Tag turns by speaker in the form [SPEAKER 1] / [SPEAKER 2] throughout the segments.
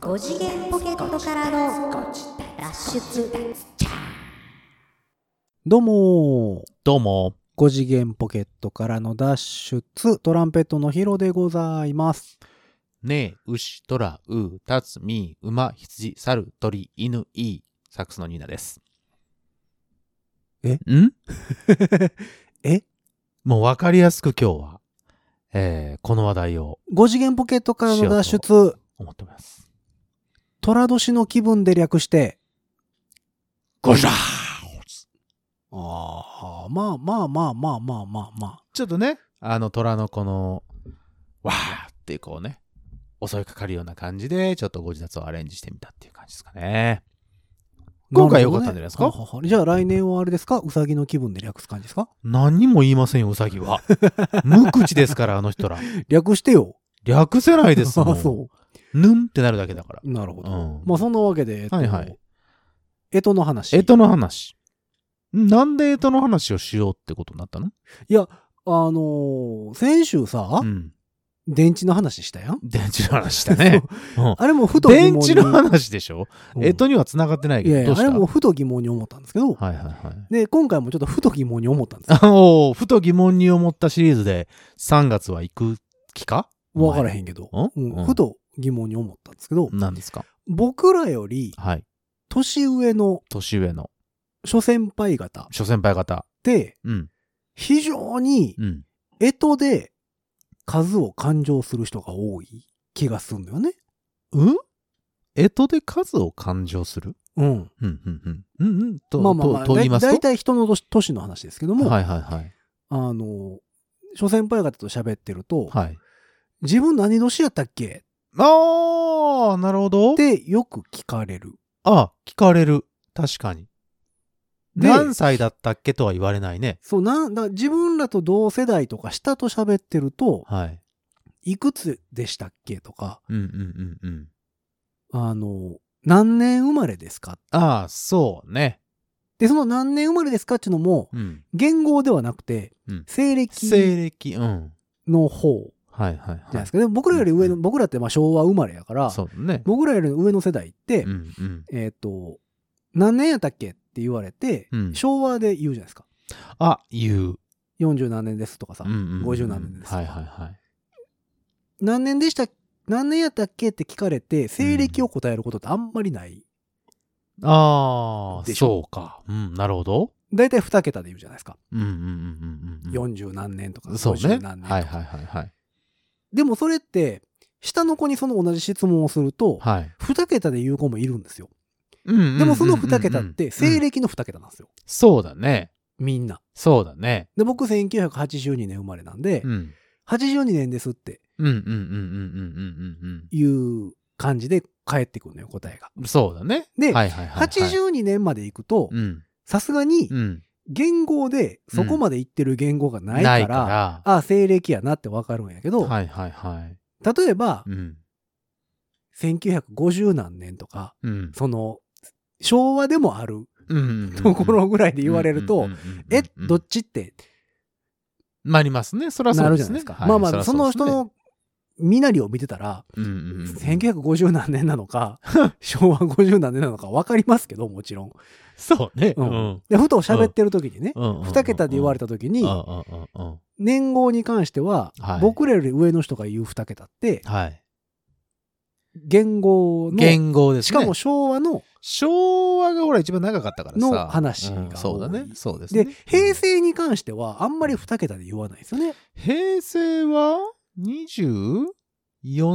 [SPEAKER 1] 5次元ポケットからの脱出
[SPEAKER 2] どうも
[SPEAKER 3] どうも。
[SPEAKER 2] 5次元ポケットからの脱出トランペットのヒロでございます
[SPEAKER 3] ねえ、牛、トラ、ウ、タツ、ミ、馬、羊、猿、鳥、犬、イー、サックスのニーナです。
[SPEAKER 2] え
[SPEAKER 3] ん
[SPEAKER 2] え
[SPEAKER 3] もうわかりやすく今日は、えー、この話題を
[SPEAKER 2] 5次元ポケットからの脱出
[SPEAKER 3] 思っております。
[SPEAKER 2] 虎年の気分で略して
[SPEAKER 3] ゴシャー
[SPEAKER 2] ああまあまあまあまあまあまあまあ
[SPEAKER 3] ちょっとね、あの、虎のこの、わーってこうね、襲いかかるような感じで、ちょっとご自立をアレンジしてみたっていう感じですかね。今回良かったんじゃないですか
[SPEAKER 2] るほどねはははじゃあ来年はあれですかうさぎの気分で略す感じですか
[SPEAKER 3] 何にも言いませんよ、うさぎは。 無口ですから、あの人ら。
[SPEAKER 2] 略してよ
[SPEAKER 3] 略せないですも
[SPEAKER 2] あ
[SPEAKER 3] ん。
[SPEAKER 2] そ
[SPEAKER 3] ぬんってなるだけだから
[SPEAKER 2] う。なるほど、
[SPEAKER 3] うん
[SPEAKER 2] まあそんなわけで、えっと
[SPEAKER 3] はいはい
[SPEAKER 2] 干支の話
[SPEAKER 3] えとの話。んなんでえとの話をしようってことになったの
[SPEAKER 2] いやあのー先週さ、
[SPEAKER 3] うん。
[SPEAKER 2] 電池の話したやん
[SPEAKER 3] 電池の話し たね。 うん
[SPEAKER 2] あれもふと疑問
[SPEAKER 3] 電
[SPEAKER 2] に
[SPEAKER 3] 池の話でしょ
[SPEAKER 2] うん
[SPEAKER 3] えとには繋がってない
[SPEAKER 2] い
[SPEAKER 3] け
[SPEAKER 2] や
[SPEAKER 3] ど、
[SPEAKER 2] い
[SPEAKER 3] ど
[SPEAKER 2] や
[SPEAKER 3] う
[SPEAKER 2] あれ
[SPEAKER 3] した
[SPEAKER 2] もふと疑問に思ったんですけど、
[SPEAKER 3] はいはいはい。
[SPEAKER 2] で今回もちょっとふと疑問に思ったんですよ
[SPEAKER 3] あおーふと疑問に思ったシリーズで、3月は行く気か
[SPEAKER 2] 分から
[SPEAKER 3] ん。
[SPEAKER 2] へんけど、
[SPEAKER 3] お
[SPEAKER 2] うん
[SPEAKER 3] うん
[SPEAKER 2] ふと疑問に思ったんですけど、
[SPEAKER 3] 何ですか
[SPEAKER 2] 僕らより
[SPEAKER 3] はい。
[SPEAKER 2] 年上の
[SPEAKER 3] 年上の
[SPEAKER 2] 諸先輩方っ
[SPEAKER 3] 諸先輩方。
[SPEAKER 2] て
[SPEAKER 3] うん。
[SPEAKER 2] 非常に
[SPEAKER 3] うん。
[SPEAKER 2] 干支で数を勘定する人が多い気がするんだよね。
[SPEAKER 3] うんえとで数を勘定する
[SPEAKER 2] うん、
[SPEAKER 3] うんうんうん。うんうん。と、
[SPEAKER 2] まあまあまあ
[SPEAKER 3] とと言います
[SPEAKER 2] だい
[SPEAKER 3] と
[SPEAKER 2] たい人の年年の話ですけども、
[SPEAKER 3] はいはいはい。
[SPEAKER 2] あの諸先輩方と喋ってると、
[SPEAKER 3] はい。
[SPEAKER 2] 自分何年やったっけ
[SPEAKER 3] ああ、なるほど
[SPEAKER 2] っ。てよく聞かれる。
[SPEAKER 3] あ、聞かれる。確かに。
[SPEAKER 2] で
[SPEAKER 3] 何歳だったっけとは言われないね。
[SPEAKER 2] そうなんだから自分らと同世代とか下と喋ってると、
[SPEAKER 3] はい。
[SPEAKER 2] いくつでしたっけとか、
[SPEAKER 3] うんうんうんうん。
[SPEAKER 2] あの、何年生まれですか
[SPEAKER 3] ああ、そうね。
[SPEAKER 2] で、その何年生まれですかっていうのも、
[SPEAKER 3] うん。
[SPEAKER 2] 言語ではなくて
[SPEAKER 3] うん、
[SPEAKER 2] 西暦
[SPEAKER 3] 西暦、うん。
[SPEAKER 2] の方
[SPEAKER 3] はいはい
[SPEAKER 2] じゃない
[SPEAKER 3] は
[SPEAKER 2] ですか。でも僕らより上の、
[SPEAKER 3] う
[SPEAKER 2] 僕らってまあ昭和生まれやから
[SPEAKER 3] い。、そうね。
[SPEAKER 2] 僕らより上の世代って
[SPEAKER 3] う、んうん。
[SPEAKER 2] えっと、何年やったっけって言われて
[SPEAKER 3] う、ん
[SPEAKER 2] 昭和で言うじゃないですか。
[SPEAKER 3] あ、言う。
[SPEAKER 2] 40何年ですとかさ
[SPEAKER 3] うん、うんうん。
[SPEAKER 2] 50何年ですと
[SPEAKER 3] はい
[SPEAKER 2] か。
[SPEAKER 3] はいはい。
[SPEAKER 2] 何年でした何年やったっけって聞かれて、西暦を答えることってあんまりない。
[SPEAKER 3] ああ、
[SPEAKER 2] でしょ
[SPEAKER 3] そうか。うん、なるほど。
[SPEAKER 2] だいたい2桁で言うじゃないですか。
[SPEAKER 3] うんうんうんうんうん
[SPEAKER 2] 40何年とか
[SPEAKER 3] うん。そう
[SPEAKER 2] 50
[SPEAKER 3] ね。
[SPEAKER 2] 何年とか
[SPEAKER 3] はいはいはいはい。
[SPEAKER 2] でもそれって、下の子にその同じ質問をすると、
[SPEAKER 3] はい。
[SPEAKER 2] 2桁で言う子もいるんですよ。
[SPEAKER 3] うんうんうんうんうん。
[SPEAKER 2] でもその2桁って、西
[SPEAKER 3] うん
[SPEAKER 2] 暦の2桁なんですよ。
[SPEAKER 3] そうだね。
[SPEAKER 2] みんな。
[SPEAKER 3] そうだね。
[SPEAKER 2] で、僕1982年生まれなんで
[SPEAKER 3] う、ん。
[SPEAKER 2] 82年ですって
[SPEAKER 3] うんうんうんうんうんうんうん
[SPEAKER 2] いう感じで返ってくるのよ、答えが。
[SPEAKER 3] うん。そうだね。
[SPEAKER 2] で
[SPEAKER 3] はいはいはいはい、
[SPEAKER 2] 82年まで行くと
[SPEAKER 3] う、ん。
[SPEAKER 2] さすがに
[SPEAKER 3] うん。
[SPEAKER 2] 言語でそこまで行ってる言語がないから、
[SPEAKER 3] ら。
[SPEAKER 2] ああ、西暦やなってわかるんやけど、
[SPEAKER 3] はいはいはい。
[SPEAKER 2] 例えば、
[SPEAKER 3] うん。
[SPEAKER 2] 1950何年とか、
[SPEAKER 3] うん。
[SPEAKER 2] その、昭和でもある
[SPEAKER 3] うんうんう
[SPEAKER 2] と
[SPEAKER 3] ん
[SPEAKER 2] ころぐらいで言われると、
[SPEAKER 3] うんうんうんうん
[SPEAKER 2] え、どっ
[SPEAKER 3] ち
[SPEAKER 2] ちって
[SPEAKER 3] なりますね。それはそ
[SPEAKER 2] な
[SPEAKER 3] う
[SPEAKER 2] るじ
[SPEAKER 3] で
[SPEAKER 2] ゃ
[SPEAKER 3] す
[SPEAKER 2] ないで
[SPEAKER 3] ね
[SPEAKER 2] す。か。まあまあ、その人
[SPEAKER 3] の、
[SPEAKER 2] の身なりを見てたら、
[SPEAKER 3] うんうんうん
[SPEAKER 2] 1950何年なのか、昭和50何年なのか分かりますけど、もちろん。
[SPEAKER 3] そうね。
[SPEAKER 2] うんでふと喋ってる時にね、
[SPEAKER 3] 二
[SPEAKER 2] 2桁で言われ
[SPEAKER 3] た
[SPEAKER 2] た時に
[SPEAKER 3] うん、うんうんうん。
[SPEAKER 2] 年号に関しては
[SPEAKER 3] は、い
[SPEAKER 2] 僕らより上の人が言う2桁って、
[SPEAKER 3] はい。
[SPEAKER 2] 言語の、
[SPEAKER 3] 言語です
[SPEAKER 2] し
[SPEAKER 3] ね。
[SPEAKER 2] かも昭和の、
[SPEAKER 3] 昭和がほら一番長かったからさ。
[SPEAKER 2] の話が多い
[SPEAKER 3] うんそうだね。そうですね。
[SPEAKER 2] で、平成に関しては、あんまり2桁で言わないですよね。
[SPEAKER 3] 平成は24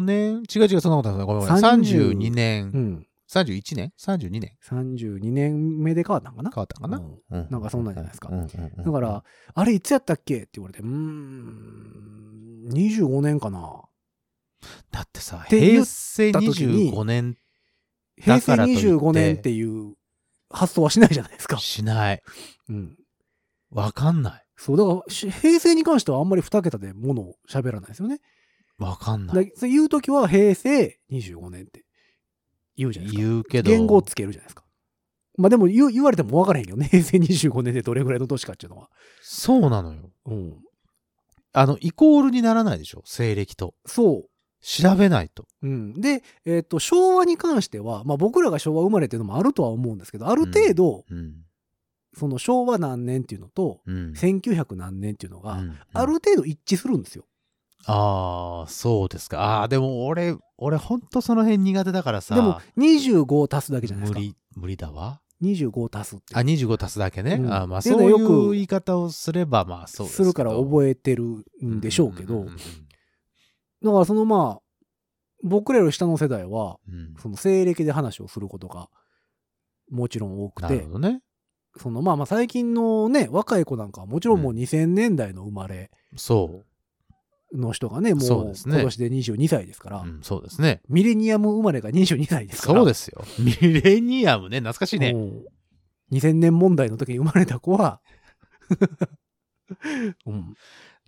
[SPEAKER 3] 年違う違う、そんなことない。ごめんごめん。
[SPEAKER 2] 30
[SPEAKER 3] 32年、
[SPEAKER 2] うん。
[SPEAKER 3] 31年 ?32 年
[SPEAKER 2] 32年目で変わったんかな
[SPEAKER 3] 変わったかな、
[SPEAKER 2] うん
[SPEAKER 3] うん
[SPEAKER 2] なんかそんなんじゃないですか
[SPEAKER 3] うんうんうんうん
[SPEAKER 2] だから、あれいつやったっけって言われて、うーん、25年かな。
[SPEAKER 3] だってさ、
[SPEAKER 2] て言っ
[SPEAKER 3] 平
[SPEAKER 2] た
[SPEAKER 3] 成
[SPEAKER 2] 時に
[SPEAKER 3] 25年
[SPEAKER 2] 平
[SPEAKER 3] だ
[SPEAKER 2] 成
[SPEAKER 3] からといって
[SPEAKER 2] 25年っていう発想はしないじゃないですか。
[SPEAKER 3] しない。
[SPEAKER 2] うん。
[SPEAKER 3] わかんない。
[SPEAKER 2] そう、だからし、平成に関してはあんまり2桁でものを喋らないですよね。
[SPEAKER 3] わかん
[SPEAKER 2] だ
[SPEAKER 3] ない。
[SPEAKER 2] そう言うときは、平成25年って言うじゃないですか。
[SPEAKER 3] 言うけど。
[SPEAKER 2] 言語をつけるじゃないですか。まあでも言う言われても分からへんけどね。平成25年でどれぐらいの年かっていうのは。
[SPEAKER 3] そうなのよ。
[SPEAKER 2] うん。
[SPEAKER 3] あの、イコールにならないでしょ。西暦と。
[SPEAKER 2] そう。
[SPEAKER 3] 調べないと。
[SPEAKER 2] うん、で、えっと昭和に関しては、まあ、僕らが昭和生まれっていうのもあるとは思うんですけどある程度、
[SPEAKER 3] うん。
[SPEAKER 2] その昭和何年っていうのと
[SPEAKER 3] うん。
[SPEAKER 2] 1900何年っていうのが、
[SPEAKER 3] うん
[SPEAKER 2] ある程度一致するんですよ。
[SPEAKER 3] ああ、そうですか。ああー、でも俺、俺ほんとその辺苦手だからさ。
[SPEAKER 2] でも25を足すだけじゃないです
[SPEAKER 3] 無
[SPEAKER 2] か。
[SPEAKER 3] 理、無理だわ。
[SPEAKER 2] 25を足すって
[SPEAKER 3] あ、25足すだけね。
[SPEAKER 2] うん
[SPEAKER 3] あーまあ
[SPEAKER 2] でね
[SPEAKER 3] そうい
[SPEAKER 2] よ
[SPEAKER 3] う
[SPEAKER 2] く
[SPEAKER 3] 言い方をすれば、まあそうです
[SPEAKER 2] するから
[SPEAKER 3] え
[SPEAKER 2] 覚えてるんでしょうけど、
[SPEAKER 3] うん
[SPEAKER 2] だからそのまあ僕らより下の世代は
[SPEAKER 3] うんうん
[SPEAKER 2] その西暦で話をすることがもちろん多く
[SPEAKER 3] なる
[SPEAKER 2] て
[SPEAKER 3] ほどね。
[SPEAKER 2] そのまあまあ最近のね若い子なんかはもちろんもう2000年代の生まれ
[SPEAKER 3] そ
[SPEAKER 2] の人がねも
[SPEAKER 3] そう
[SPEAKER 2] う
[SPEAKER 3] ですね
[SPEAKER 2] 今年で22歳ですから
[SPEAKER 3] う。うん、そうですね。
[SPEAKER 2] ミレニアム生まれが22歳ですから
[SPEAKER 3] そうですよ。ミレニアムね、懐かしいね。
[SPEAKER 2] うん2000年問題の時に生まれた子 は、うん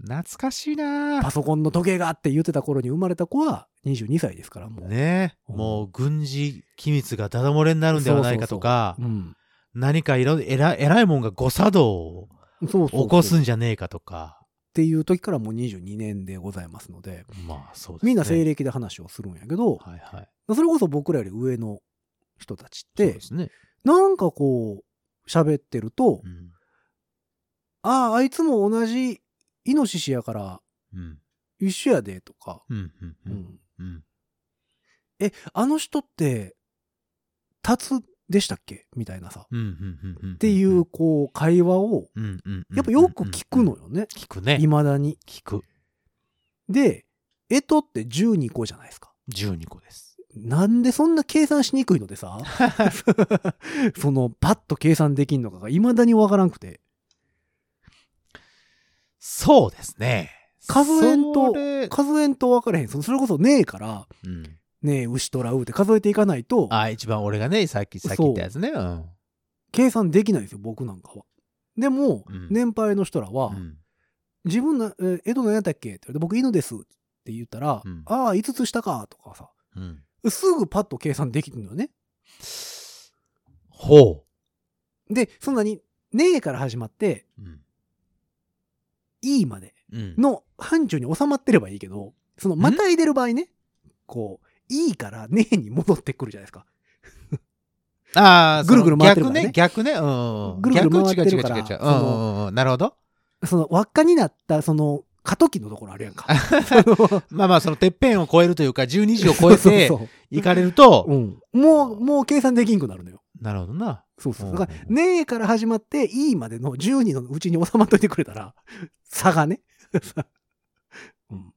[SPEAKER 3] 懐かしいな
[SPEAKER 2] パソコンの時計がって言ってた頃に生まれた子は22歳ですからもう、
[SPEAKER 3] ね
[SPEAKER 2] うん
[SPEAKER 3] もう軍事機密がダダ漏れになるんではないかとか、
[SPEAKER 2] うん、
[SPEAKER 3] 何かいろ、えら、偉いもんが誤作動を
[SPEAKER 2] そうそうそう
[SPEAKER 3] 起こすんじゃねえかとか。
[SPEAKER 2] っていう時からもう22年でございますので
[SPEAKER 3] まあそうですね。
[SPEAKER 2] みんな西
[SPEAKER 3] 理。
[SPEAKER 2] 暦で話をするんやけど、
[SPEAKER 3] はいはい。
[SPEAKER 2] それこそ僕らより上の人たちっ
[SPEAKER 3] そう
[SPEAKER 2] て
[SPEAKER 3] ですね。
[SPEAKER 2] なんかこう喋ってると、
[SPEAKER 3] うん。
[SPEAKER 2] あああいつも同じイノシシやから
[SPEAKER 3] うん。
[SPEAKER 2] 一緒やでとか、
[SPEAKER 3] うん。う。
[SPEAKER 2] うんん
[SPEAKER 3] うん。
[SPEAKER 2] えあの人ってタツでしたっけみたいなさっ
[SPEAKER 3] うん。うん。うん。うん。って
[SPEAKER 2] いう、こう会話を
[SPEAKER 3] うん。うんうん。
[SPEAKER 2] やっぱよく聞くのよね
[SPEAKER 3] 聞くね
[SPEAKER 2] い。まだに。
[SPEAKER 3] 聞く。
[SPEAKER 2] でえとって12個じゃないですか。
[SPEAKER 3] 12個です。
[SPEAKER 2] なんでそんな計算しにくいので さ、 そのパッと計算できんのかが未だにわからんくて、
[SPEAKER 3] そうですね。
[SPEAKER 2] 数えんと
[SPEAKER 3] それ
[SPEAKER 2] 数えんと分からへん。そのそれこそねえから、
[SPEAKER 3] うん。
[SPEAKER 2] ねえ、牛とらうって数えていかないと、
[SPEAKER 3] あ、一番俺がね、さっき、さっき言ったやつね。うん。
[SPEAKER 2] 計算できないんですよ、僕なんかは。でも、
[SPEAKER 3] うん
[SPEAKER 2] 年配の人らは、
[SPEAKER 3] うん
[SPEAKER 2] 自分な、えー江戸の何やったっけって言われて、僕犬ですって言ったら、
[SPEAKER 3] うん
[SPEAKER 2] ああ、5つしたかとかさ、
[SPEAKER 3] うん。
[SPEAKER 2] すぐパッと計算できるのよね。
[SPEAKER 3] ほ
[SPEAKER 2] で、そんなに、ねえから始まって、
[SPEAKER 3] う。うん。
[SPEAKER 2] いいまで。
[SPEAKER 3] うん。
[SPEAKER 2] の範疇に収まってればいいけど、そのまたいでる場合ね、こう、いいからねえに戻ってくるじゃないですか。
[SPEAKER 3] ああ、
[SPEAKER 2] ぐるぐる回ってるからね
[SPEAKER 3] 逆ね、逆ね。うん。
[SPEAKER 2] ぐるぐる回ってるから
[SPEAKER 3] 逆違う違う違う違う。
[SPEAKER 2] そ
[SPEAKER 3] うん
[SPEAKER 2] の
[SPEAKER 3] うんうん。なるほど。
[SPEAKER 2] その輪っかになった、その過渡期のところあるやん か。そ
[SPEAKER 3] まあまあ、そのてっぺんを超えるというか、12時を超 え
[SPEAKER 2] そう
[SPEAKER 3] て
[SPEAKER 2] そう
[SPEAKER 3] 行かれる
[SPEAKER 2] そ
[SPEAKER 3] と、
[SPEAKER 2] ううんもう、もう計算できんくなるのよ。
[SPEAKER 3] なるほどな。
[SPEAKER 2] そうそうう。
[SPEAKER 3] ん
[SPEAKER 2] だから、ねえから始まって、いいまでの12のうちに収まっといてくれたら、 差がね。 うん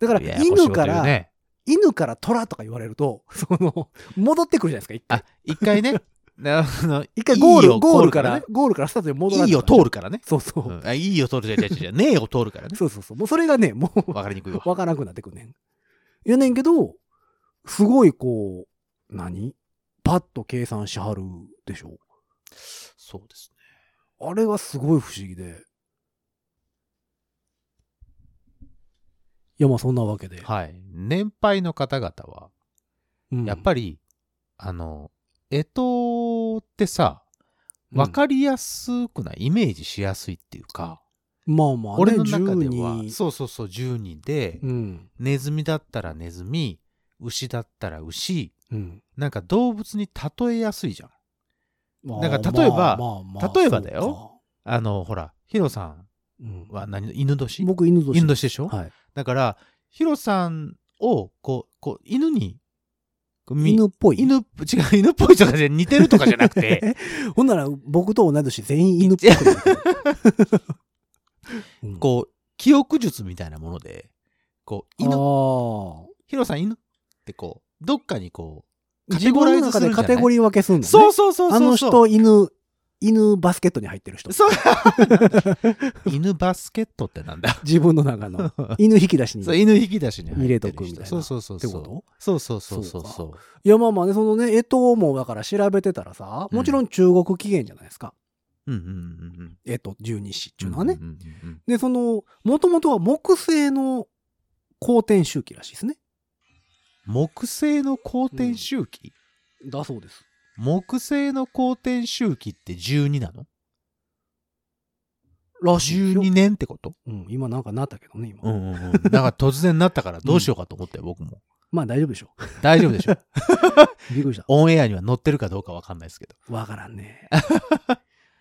[SPEAKER 2] だから、
[SPEAKER 3] いや
[SPEAKER 2] 犬か
[SPEAKER 3] お仕事言う
[SPEAKER 2] ら、
[SPEAKER 3] ね
[SPEAKER 2] 犬から虎とか言われると、 その、戻ってくるじゃないですか一回。
[SPEAKER 3] あ、一回 ね。なあの
[SPEAKER 2] 一回ゴー
[SPEAKER 3] いいよ
[SPEAKER 2] ル、ゴール
[SPEAKER 3] 通
[SPEAKER 2] か
[SPEAKER 3] る
[SPEAKER 2] ら
[SPEAKER 3] ね、
[SPEAKER 2] ゴールからスタートに戻ら
[SPEAKER 3] い
[SPEAKER 2] ないい
[SPEAKER 3] よ、通るからね。
[SPEAKER 2] そうそうう。
[SPEAKER 3] んあいいよ、通るじゃじゃ じゃねえを通るからね。
[SPEAKER 2] そうそうそう。もうそれがね、もう、
[SPEAKER 3] わかりにくいわ。
[SPEAKER 2] わからなくなってくんねん。やねんけど、すごいこう、何パッと計算しはるでしょ。
[SPEAKER 3] そうですね。
[SPEAKER 2] あれがすごい不思議で。いや、まあそんなわけで。
[SPEAKER 3] はい。年配の方々は、
[SPEAKER 2] うん
[SPEAKER 3] やっぱり、あの、えとってさ、
[SPEAKER 2] うん
[SPEAKER 3] わかりやすくない、イメージしやすいっていうか、
[SPEAKER 2] まあまあね、
[SPEAKER 3] 俺の中で
[SPEAKER 2] 12
[SPEAKER 3] は、そうそうそう、10人で、
[SPEAKER 2] うん。
[SPEAKER 3] ネズミだったらネズミ、牛だったら牛、
[SPEAKER 2] うん。
[SPEAKER 3] なんか動物に例えやすいじゃん。
[SPEAKER 2] まあ
[SPEAKER 3] だから例えば
[SPEAKER 2] まあまあまあ
[SPEAKER 3] 例えばだよあの、ほら、ヒロさん
[SPEAKER 2] そうかうん
[SPEAKER 3] は何、犬年
[SPEAKER 2] 僕犬年。
[SPEAKER 3] 犬年でしょ、
[SPEAKER 2] はい。
[SPEAKER 3] だから、ヒロさんを、こう、こう、犬に、こうみ
[SPEAKER 2] 犬っぽい。
[SPEAKER 3] 犬っぽい、違う、犬っぽいとかじゃ、似てるとかじゃなく て、
[SPEAKER 2] ほんなら僕と同い年全員犬っぽくなる うん
[SPEAKER 3] こう、記憶術みたいなもので、こう、犬、
[SPEAKER 2] あ
[SPEAKER 3] ヒロさん犬ってこう、どっかにこ
[SPEAKER 2] あ。
[SPEAKER 3] う、カテゴライズ
[SPEAKER 2] 自
[SPEAKER 3] す
[SPEAKER 2] 分の中
[SPEAKER 3] るん
[SPEAKER 2] で
[SPEAKER 3] じゃ
[SPEAKER 2] カ
[SPEAKER 3] な
[SPEAKER 2] テ
[SPEAKER 3] い
[SPEAKER 2] ゴリー分けするのね。
[SPEAKER 3] そうそうそうそうそう。
[SPEAKER 2] あの人、犬、犬バスケットに入ってる人。
[SPEAKER 3] そう。 犬バスケットってなん だ
[SPEAKER 2] 自分の中 の。犬引き出しに。
[SPEAKER 3] そう
[SPEAKER 2] い
[SPEAKER 3] 犬引き出しに入
[SPEAKER 2] 入れ
[SPEAKER 3] って
[SPEAKER 2] と
[SPEAKER 3] る人
[SPEAKER 2] くみたいな
[SPEAKER 3] そうそうそうそう。
[SPEAKER 2] ってこと
[SPEAKER 3] そうそうそうそうそう。
[SPEAKER 2] や、まあまあね、そのね、えともだから調べてたらさ、もちろん中国起源じゃないですか。
[SPEAKER 3] うんうんうんうん。
[SPEAKER 2] えと十二支っていうのはね。
[SPEAKER 3] うんうんうんうん。
[SPEAKER 2] で、その、もともとは木星の公転周期らしいですね。
[SPEAKER 3] 木星の公転周期、
[SPEAKER 2] だそうです。
[SPEAKER 3] 木星の公転周期って12なの
[SPEAKER 2] らしいですよ
[SPEAKER 3] 12年ってこと
[SPEAKER 2] うん、今なんかなったけどね、今。
[SPEAKER 3] うんうんうん。だから突然なったからどうしようかと思ったよ、僕も。
[SPEAKER 2] まあ大丈夫でしょ
[SPEAKER 3] 大丈夫 でしょ
[SPEAKER 2] う。びっくりした。
[SPEAKER 3] オンエアには載ってるかどうかわかんないですけど。
[SPEAKER 2] わからん ね。